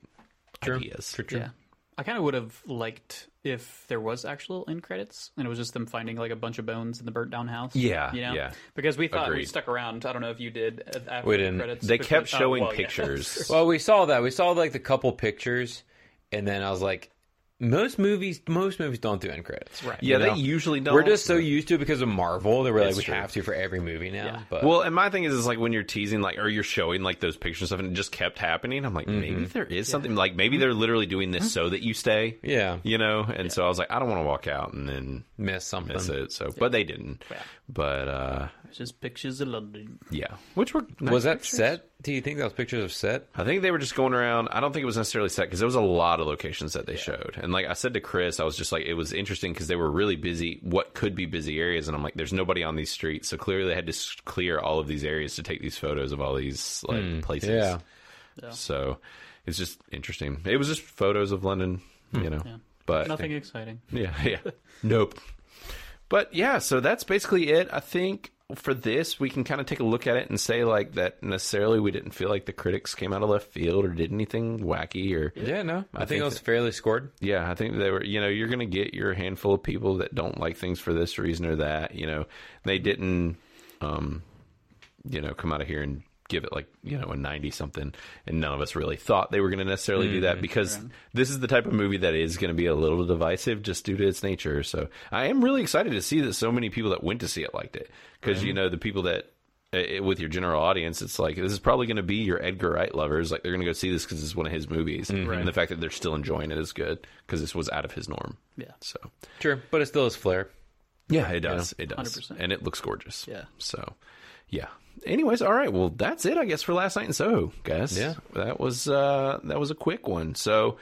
A: ideas.
B: yeah. I kind of would have liked if there was actual end credits and it was just them finding like a bunch of bones in the burnt down house.
A: Yeah,
B: You know?
A: yeah.
B: Because we thought we
A: Agreed.
B: stuck around. I don't know if you did. uh, After
C: We
B: the
C: didn't.
B: Credits,
A: They
B: because-
A: kept
B: oh,
A: showing
B: well, yeah.
A: pictures.
C: Well, we saw that. We saw like the couple pictures, and then I was like, most movies, most movies don't do end credits. Right.
A: yeah, they usually don't.
C: We're just so used to it because of Marvel that we're like,
A: That's
C: we
A: true.
C: have to for every movie now.
B: Yeah.
C: But
A: Well, and my thing is, is like when you're teasing, like, or you're showing like those pictures and stuff, and it just kept happening. I'm like,
C: Mm-hmm.
A: maybe there is something. Like, maybe they're literally doing this so that you stay.
C: Yeah.
A: you know. And so I was like, I don't want to walk out and then
C: miss something.
A: miss it. So, but they didn't.
B: Yeah.
A: But uh
B: It's just pictures of London.
A: yeah, which were nice
C: Was that
A: pictures.
C: set? Do you think that was pictures of set?
A: I think they were just going around. I don't think it was necessarily set because there was a lot of locations that they showed. And like I said to Chris, I was just like, it was interesting because they were really busy, what could be busy areas. And I'm like, there's nobody on these streets. So clearly they had to s- clear all of these areas to take these photos of all these like places.
C: Yeah.
A: So it's just interesting. It was just photos of London, you know. But
B: Nothing exciting.
A: yeah, yeah. nope. But yeah, so that's basically it. I think for this, we can kind of take a look at it and say like that necessarily we didn't feel like the critics came out of left field or did anything wacky or
C: Yeah, no. I, think,
A: think
C: it was fairly scored.
A: yeah, I think they were. You know, you're going to get your handful of people that don't like things for this reason or that. You know, they didn't, um, you know, come out of here and give it like you know a ninety something, and none of us really thought they were going to necessarily do that because this is the type of movie that is going to be a little divisive just due to its nature. So I am really excited to see that so many people that went to see it liked it because you know the people that uh, it, with your general audience, it's like this is probably going to be your Edgar Wright lovers. Like they're going to go see this because it's one of his movies, and the fact that they're still enjoying it is good because this was out of his norm.
B: Yeah.
A: So
C: Sure, but it still is flair.
A: yeah, it does. It does,
B: 100%.
A: and it looks gorgeous.
B: Yeah.
A: So yeah, anyways, all right. Well, that's it, I guess, for last night in Soho, guys.
C: Yeah.
A: that was uh, that was a quick one. So,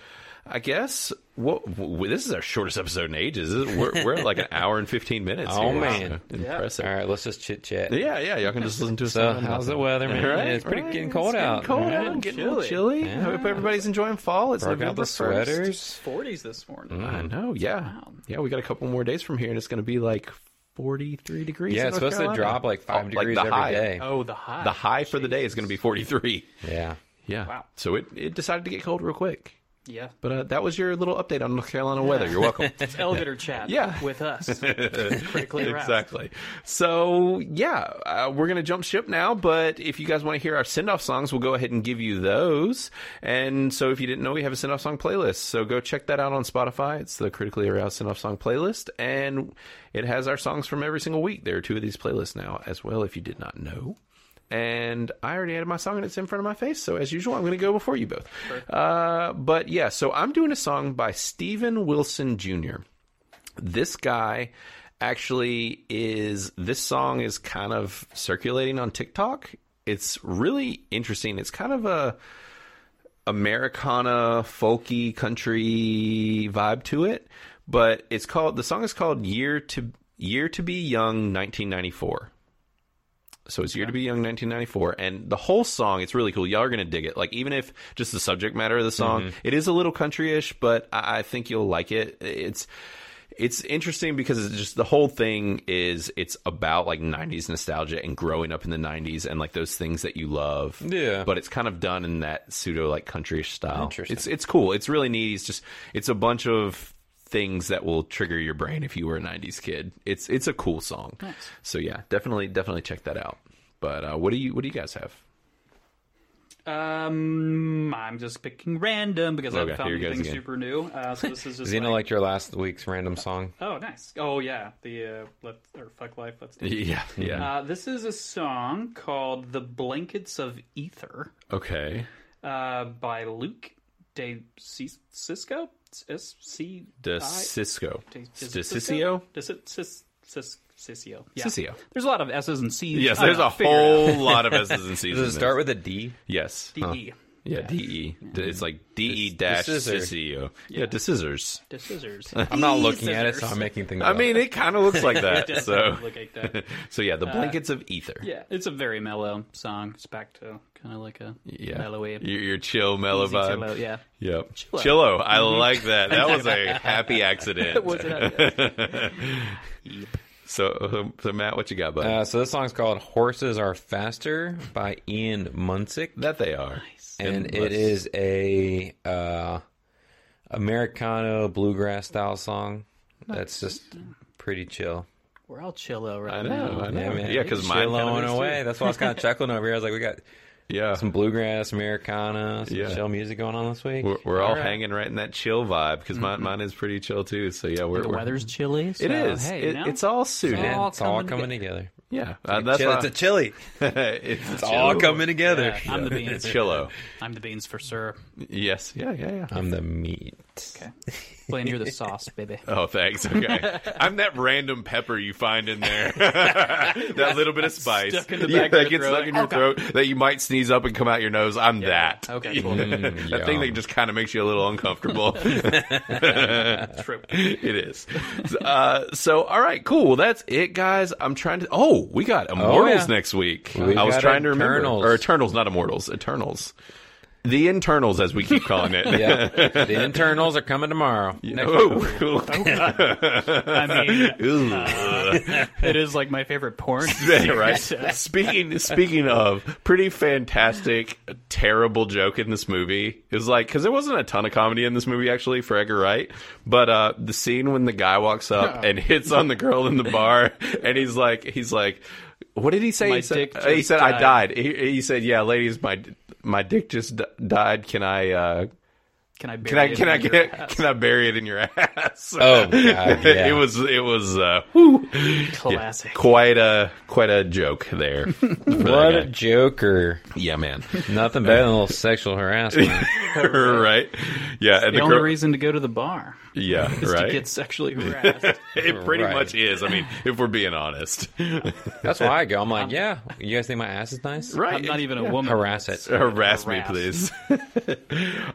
A: I guess what w- this is our shortest episode in ages. This is- We're, we're at like an hour and fifteen minutes.
C: Oh,
A: here.
C: man.
A: So impressive.
C: All right, let's just chit chat.
A: Yeah, yeah. Y'all can just listen to us.
C: So,
A: on and
C: how's
A: on.
C: the weather, man?
A: All right,
C: it's pretty
A: right.
C: getting cold
A: It's
C: out.
A: Cold
C: All
A: out.
C: right.
A: Getting a little
B: Chilly.
A: chilly. Hope everybody's enjoying fall. It's
C: Work out
A: November
C: the
A: 1st.
C: sweaters.
B: 40s this morning.
A: I know. Yeah, yeah. We got a couple more days from here, and it's going to be like forty-three degrees.
C: Yeah,
A: in
C: it's
A: North
C: supposed
A: Carolina.
C: to drop like five
A: Oh,
C: degrees
A: the
C: every day.
A: high.
B: Oh, the high.
A: The high for the day is going to be forty-three.
C: Yeah.
A: Yeah.
B: Wow.
A: So it, it decided to get cold real quick.
B: Yeah.
A: But uh, that was your little update on North Carolina weather. You're welcome.
B: It's elevator chat
A: Yeah.
B: with us. Critically aroused.
A: exactly. So, yeah, uh, we're going to jump ship now. But if you guys want to hear our send off songs, we'll go ahead and give you those. And so, if you didn't know, we have a send off song playlist. So, go check that out on Spotify. It's the Critically Aroused Send Off Song playlist. And it has our songs from every single week. There are two of these playlists now as well, if you did not know. And I already added my song and it's in front of my face. So, as usual, I'm going to go before you both. Uh, but yeah, so I'm doing a song by Stephen Wilson Jr this guy actually is this song is kind of circulating on TikTok. It's really interesting. It's kind of a Americana folky country vibe to it, but it's called the song is called Year to Year to Be Young 1994. So it's Year to Be Young 1994 and the whole song it's really cool. Y'all are going to dig it. Like even if just the subject matter of the song, it is a little countryish, but I, I think you'll like it. It's it's interesting because it's just the whole thing is it's about like 90s nostalgia and growing up in the 90s and like those things that you love.
C: Yeah.
A: But it's kind of done in that pseudo like countryish style.
C: Interesting.
A: It's it's cool. It's really neat. It's just it's a bunch of things that will trigger your brain if you were a 90s kid. It's it's a cool song. So yeah, definitely definitely check that out. But uh, what do you what do you guys have?
B: Um, I'm just picking random because
A: Okay,
B: I found
A: here goes
B: anything
A: again.
B: super new. Uh, so this is just
C: Xena
B: like,
C: liked your last week's random song.
B: oh, nice. Oh yeah, the uh, let or fuck life. Let's do. It.
A: Yeah, yeah.
B: Uh, this is a song called "The Blankets of Ether"
A: okay.
B: uh, by Luke De C- Cisco. S C
A: De
B: I- E.
A: Cisco. De
B: De- is it
A: Cisco?
B: De Cis- Cis- Cis- Cisco. Yeah.
A: Cisco.
B: There's a lot of S's and C's.
A: Yes,
B: I
A: there's
B: don't
A: a
B: figure it out.
A: whole lot of S's and C's.
C: Does it
A: in
C: start
A: this.
C: with a D?
A: yes?
B: D E.
A: Yeah, DE. It's like DE dash
C: scissor.
A: Cisco. Yeah, to scissors.
B: De scissors. E
C: I'm not looking at it, so I'm making things.
A: I
C: up.
A: mean, it kind of looks like that.
B: does
A: so,
B: look like that.
A: so yeah, the blankets of ether.
B: Uh, Yeah, it's a very mellow song. It's back to kind of like a
A: Yeah,
B: mellowy,
A: Your, your chill mellow
B: easy
A: vibe.
B: chill out, Mm-hmm. Yeah,
A: Yep, chillo. I like that. That was a happy accident.
B: What's that?
A: so, um, so Matt, what you got, bud?
C: Uh, so this song's called "Horses Are Faster" by Ian Munsick,
A: that they are.
C: and it
A: endless.
C: is a uh, Americano bluegrass style song. That's just pretty chill.
B: We're all chillo right
A: I
B: now.
A: know. I know.
C: Yeah, man.
A: Yeah, because mine.
C: chilling
A: kinda is,
C: away. That's why I was kind of chuckling over here. I was like, we got
A: too. Yeah.
C: some bluegrass, Americana, some
A: Yeah.
C: chill music going on this week.
A: We're, we're all
C: right.
A: hanging right in that chill vibe because mine, mine is pretty chill too. So yeah, we're
B: Mm-hmm. The
A: we're-
B: weather's chilly. So,
A: It is.
B: Hey,
A: It-
B: you know?
A: It's all suited.
C: Yeah,
B: all
C: it's all
B: coming
C: coming together.
A: yeah, Uh, that's
C: Chill-
A: why-
C: it's a chilly.
A: it's,
C: It's all coming together.
B: Yeah, I'm the beans.
A: It's chillo.
B: I'm the beans for sure.
A: Yes. Yeah. Yeah. Yeah.
C: I'm the meat.
B: Okay, Blaine, you're the sauce, baby.
A: Oh, thanks. Okay. I'm that random pepper you find in there. that little bit of spice.
B: stuck in the
A: Yeah,
B: back of
A: that
B: your
A: gets
B: throat.
A: stuck in your throat that you might sneeze up and come out your nose. I'm that.
B: Okay, cool. Mm,
A: that thing
C: yum.
A: that just kind of makes you a little uncomfortable.
B: True.
A: it is. Uh, so, all right, cool. Well, that's it, guys. I'm trying to. Oh, we got Immortals
C: yeah.
A: next week.
C: We
A: I was
C: got
A: trying to remember.
C: Eternals.
A: Or Eternals, not Immortals. Eternals. The Internals, as we keep calling it.
C: Yeah, the internals are coming tomorrow. Next week.
A: Oh, cool.
B: I mean,
A: Ooh.
B: it is like my favorite porn.
A: Yeah, right. speaking speaking of pretty fantastic, terrible joke in this movie is like because there wasn't a ton of comedy in this movie actually for Edgar Wright, but uh, the scene when the guy walks up and hits on the girl in the bar, and he's like, he's like, what did he say?
B: My
A: he said,
B: dick
A: uh, he
B: just
A: said I
B: died."
A: died. He, he said, yeah, ladies, my my dick just d- died. Can I? Uh,
B: Can I? Bury
A: Can I
B: it
A: can
B: in
A: I
B: your
A: get
B: ass?
A: can I bury it in your ass?
C: Oh, God, yeah.
A: it was it was uh, whew,
B: Classic.
A: quite a quite a joke there. for that
C: What
A: guy.
C: a joker!
A: Yeah, man.
C: Nothing better than a little sexual harassment.
A: right? Yeah, and
B: The,
A: the
B: only
A: girl.
B: reason to go to the bar
A: Yeah,
B: is
A: right.
B: to get sexually harassed.
A: it pretty
C: Right.
A: much is. I mean, if we're being honest,
C: That's why I go. I'm like, yeah, you guys think my ass is nice?
A: right?
B: I'm not even a woman.
C: Harass it.
A: harass me,
B: Harass.
A: please.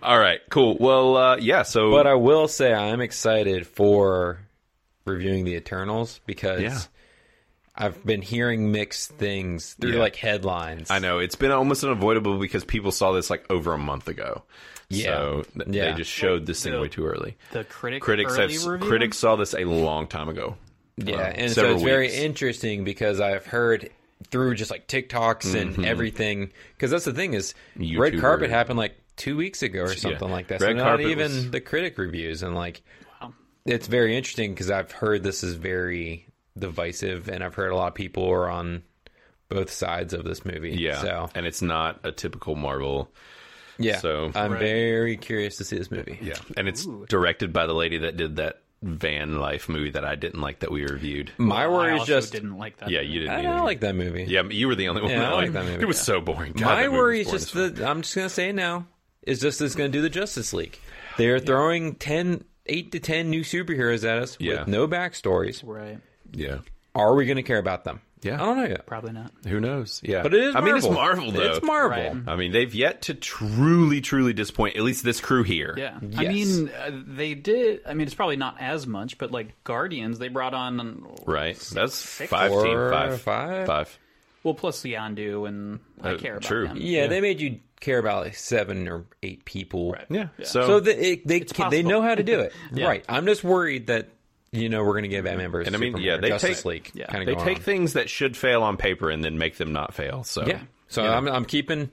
A: All right, cool. Well, uh, yeah. So,
C: But I will say I'm excited for reviewing the Eternals because
A: Yeah.
C: I've been hearing mixed things through
A: Yeah.
C: like headlines.
A: I know it's been almost unavoidable because people saw this like over a month ago.
C: Yeah.
A: So th-
C: Yeah.
A: they just showed this thing
B: Yeah.
A: way too early.
B: The critic
A: Critics have
B: early review?
A: critics saw this a long time ago.
C: Yeah,
A: Well,
C: and so it's
A: several
C: very
A: weeks.
C: interesting because I've heard through just like TikToks and everything. Because that's the thing is, red
A: Mm-hmm. YouTuber.
C: carpet happened like two weeks ago or something like that. So
A: Red
C: not
A: carpet
C: even
A: was-
C: the critic reviews and like,
B: Wow.
C: it's very interesting because I've heard this is very divisive, and I've heard a lot of people are on both sides of this movie.
A: Yeah.
C: so
A: And it's not a typical Marvel.
C: yeah,
A: so-
C: I'm
B: Right.
C: very curious to see this movie.
A: Yeah. And it's directed by the lady that did that van life movie that I didn't like that we reviewed.
C: My
B: I
C: worry is
B: also
C: just
B: didn't like that.
A: Yeah, you didn't
C: I
A: either.
C: don't like that movie.
A: Yeah, but you were the only one
C: Yeah,
A: that
C: I like
A: liked
C: that movie,
A: It was
C: yeah.
A: so boring. God,
C: My
A: that movie
C: worry
A: was
C: is just
A: boring as
C: that I'm just gonna say it now is just it's gonna do the Justice League. They're throwing 10, 8 to ten new superheroes at us
A: Yeah.
C: with no backstories.
B: Right.
A: fuck.
C: Are we gonna care about them?
A: Yeah.
C: I don't know yet.
B: Probably not.
A: Yeah. Who knows? Yeah.
C: But it is.
A: I mean, it's
C: Marvel.
A: Marvel though.
C: It's Marvel.
B: Right.
A: I mean, they've yet to truly, truly disappoint. At least this crew here.
B: Yeah. I
C: Yes.
B: mean, uh, they did. I mean, it's probably not as much, but like Guardians, they brought on.
A: Right. That's five,
C: Four,
A: team, five,
C: five?
A: five.
B: Well, plus Yondu, and I
A: Uh,
B: care about
A: true.
B: them.
C: Yeah, they made you care about like seven or eight people.
A: Yeah.
B: Yeah.
A: So,
C: So the, it, they can, they
B: possible.
C: know how to do it. Right. I'm just worried that you know we're gonna get Batman versus
A: And I mean,
C: Superman
A: yeah,
C: or
A: they
C: Justice
A: take-
C: League.
B: yeah,
C: kinda
A: they
C: going
A: take
C: on.
A: things that should fail on paper and then make them not fail. So
C: Yeah. So I'm I'm keeping.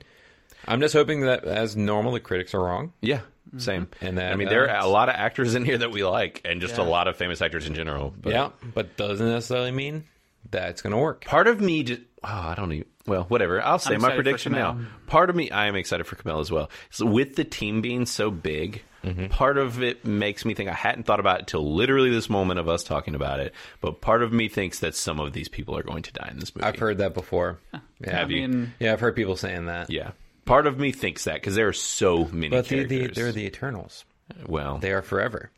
C: I'm just hoping that as normal the critics are wrong.
A: Yeah. Same.
C: And that,
A: I mean,
C: uh,
A: there are a lot of actors in here that we like, and just a
B: Yeah.
A: lot of famous actors in general. But
C: Yeah, but doesn't necessarily mean that's going to work.
A: part of me just oh, I don't even well, whatever. I'll say
B: I'm
A: my
B: excited for
A: prediction now.
B: Kamel.
A: Part of me I am excited for Kamel as well. So with the team being so big, part of it makes me think I hadn't thought about it till literally this moment of us talking about it, but part of me thinks that some of these people are going to die in this movie.
C: I've heard that before. Yeah.
B: I mean,
C: Yeah, I've heard people saying that.
A: yeah. Part of me thinks that because there are so many
C: But the, the,
A: characters.
C: they're the Eternals.
A: well,
C: They are forever.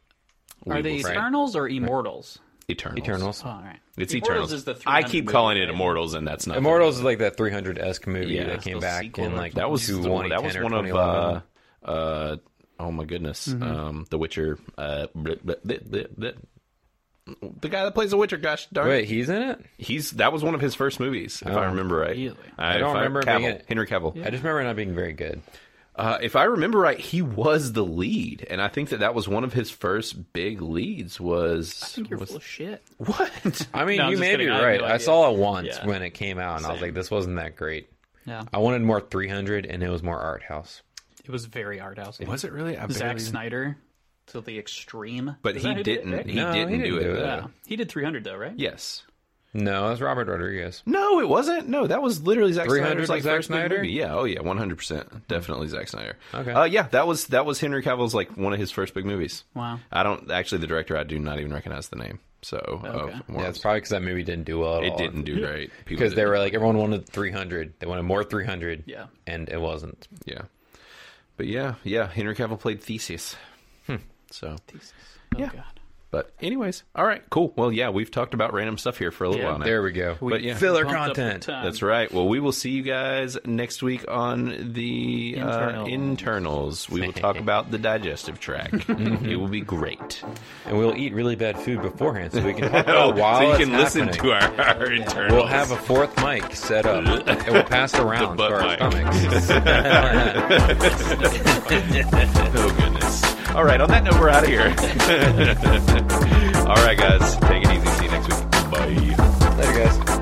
B: are they
C: Right.
B: Eternals or Immortals?
A: Eternals.
C: Eternals.
B: All right.
A: It's Eternals.
B: Eternals is the
A: I
B: 300
A: keep
B: movie,
A: calling it
B: right?
A: Immortals, and that's not
C: Immortals is like that 300-esque movie
A: Yeah.
C: that came
B: Those
C: back
B: sequel
C: in
B: or
C: like
A: That was
C: 2010
A: that was
C: or
A: one of
C: 2011.
A: uh, uh oh my goodness
B: Mm-hmm.
A: um the Witcher uh bleh, bleh, bleh, bleh, bleh. the guy that plays the Witcher gosh darn
C: Wait, he's in it?
A: he's that was one of his first movies if I remember right
B: really?
A: I,
C: don't
A: if
C: remember him
A: Cavill,
C: being in it.
A: Henry Cavill
C: I just remember it not being very good.
A: uh, if I remember right he was the lead and I think that that was one of his first big leads was
B: You're full of shit.
A: what
C: I mean,
B: No, I'm
C: you
B: just
C: may
B: kidding.
C: be
B: I have
C: right.
B: no
C: I
B: idea.
C: saw it once
B: Yeah.
C: when it came out, and I was like, this wasn't that great.
B: Yeah.
C: I wanted more 300, and it was more art house.
B: It was very art house.
A: was it really I
B: Zack
A: barely-
B: Snyder to the extreme.
A: but
B: Is
A: he
B: that who did it?
A: didn't he,
C: No, he
A: didn't do
C: didn't
A: it,
C: do it.
A: though.
B: Yeah. He did 300 though, right?
A: yes
C: No, that's Robert Rodriguez.
A: No, it wasn't. No, that was literally Zack
C: 300
A: Snyder's
C: was
A: like
C: Zack
A: first big
C: Snyder?
A: movie. Yeah, oh yeah, one hundred percent, definitely Zack Snyder.
C: Okay.
A: uh, yeah, that was that was Henry Cavill's like one of his first big movies.
B: Wow.
A: I don't actually the director. I do not even recognize the name. So
B: Okay.
A: of
C: Yeah, it's probably because that movie didn't do well at
A: it
C: all.
A: didn't do great People
C: because they
A: didn't.
C: were like everyone wanted 300 they wanted more 300
B: Yeah.
C: and it wasn't
A: yeah, but yeah, yeah, Henry Cavill played Theseus. So,
B: Jesus. Oh
A: Yeah.
B: god.
A: but anyways, all right, cool. Well, yeah, we've talked about random stuff here for a little
B: Yeah,
A: while now.
C: there we go
A: But yeah.
C: filler
B: Bumped up the
C: content
B: time.
A: That's right. Well, we will see you guys next week on the internals.
B: Internals.
A: Uh, internals. We will talk about the digestive tract.
C: Mm-hmm.
A: it will be great.
C: and we'll eat really bad food beforehand so we can talk about it
A: Oh, so
C: while
A: you
C: it's
A: can listen
C: happening.
A: to our, our internals.
C: we'll have a fourth mic set up and we'll pass it around
A: butt
C: to our
A: mic.
C: stomachs
A: oh goodness. All right. On that note, we're out of here. All right, guys. Take it easy. See you next week. Bye.
C: later guys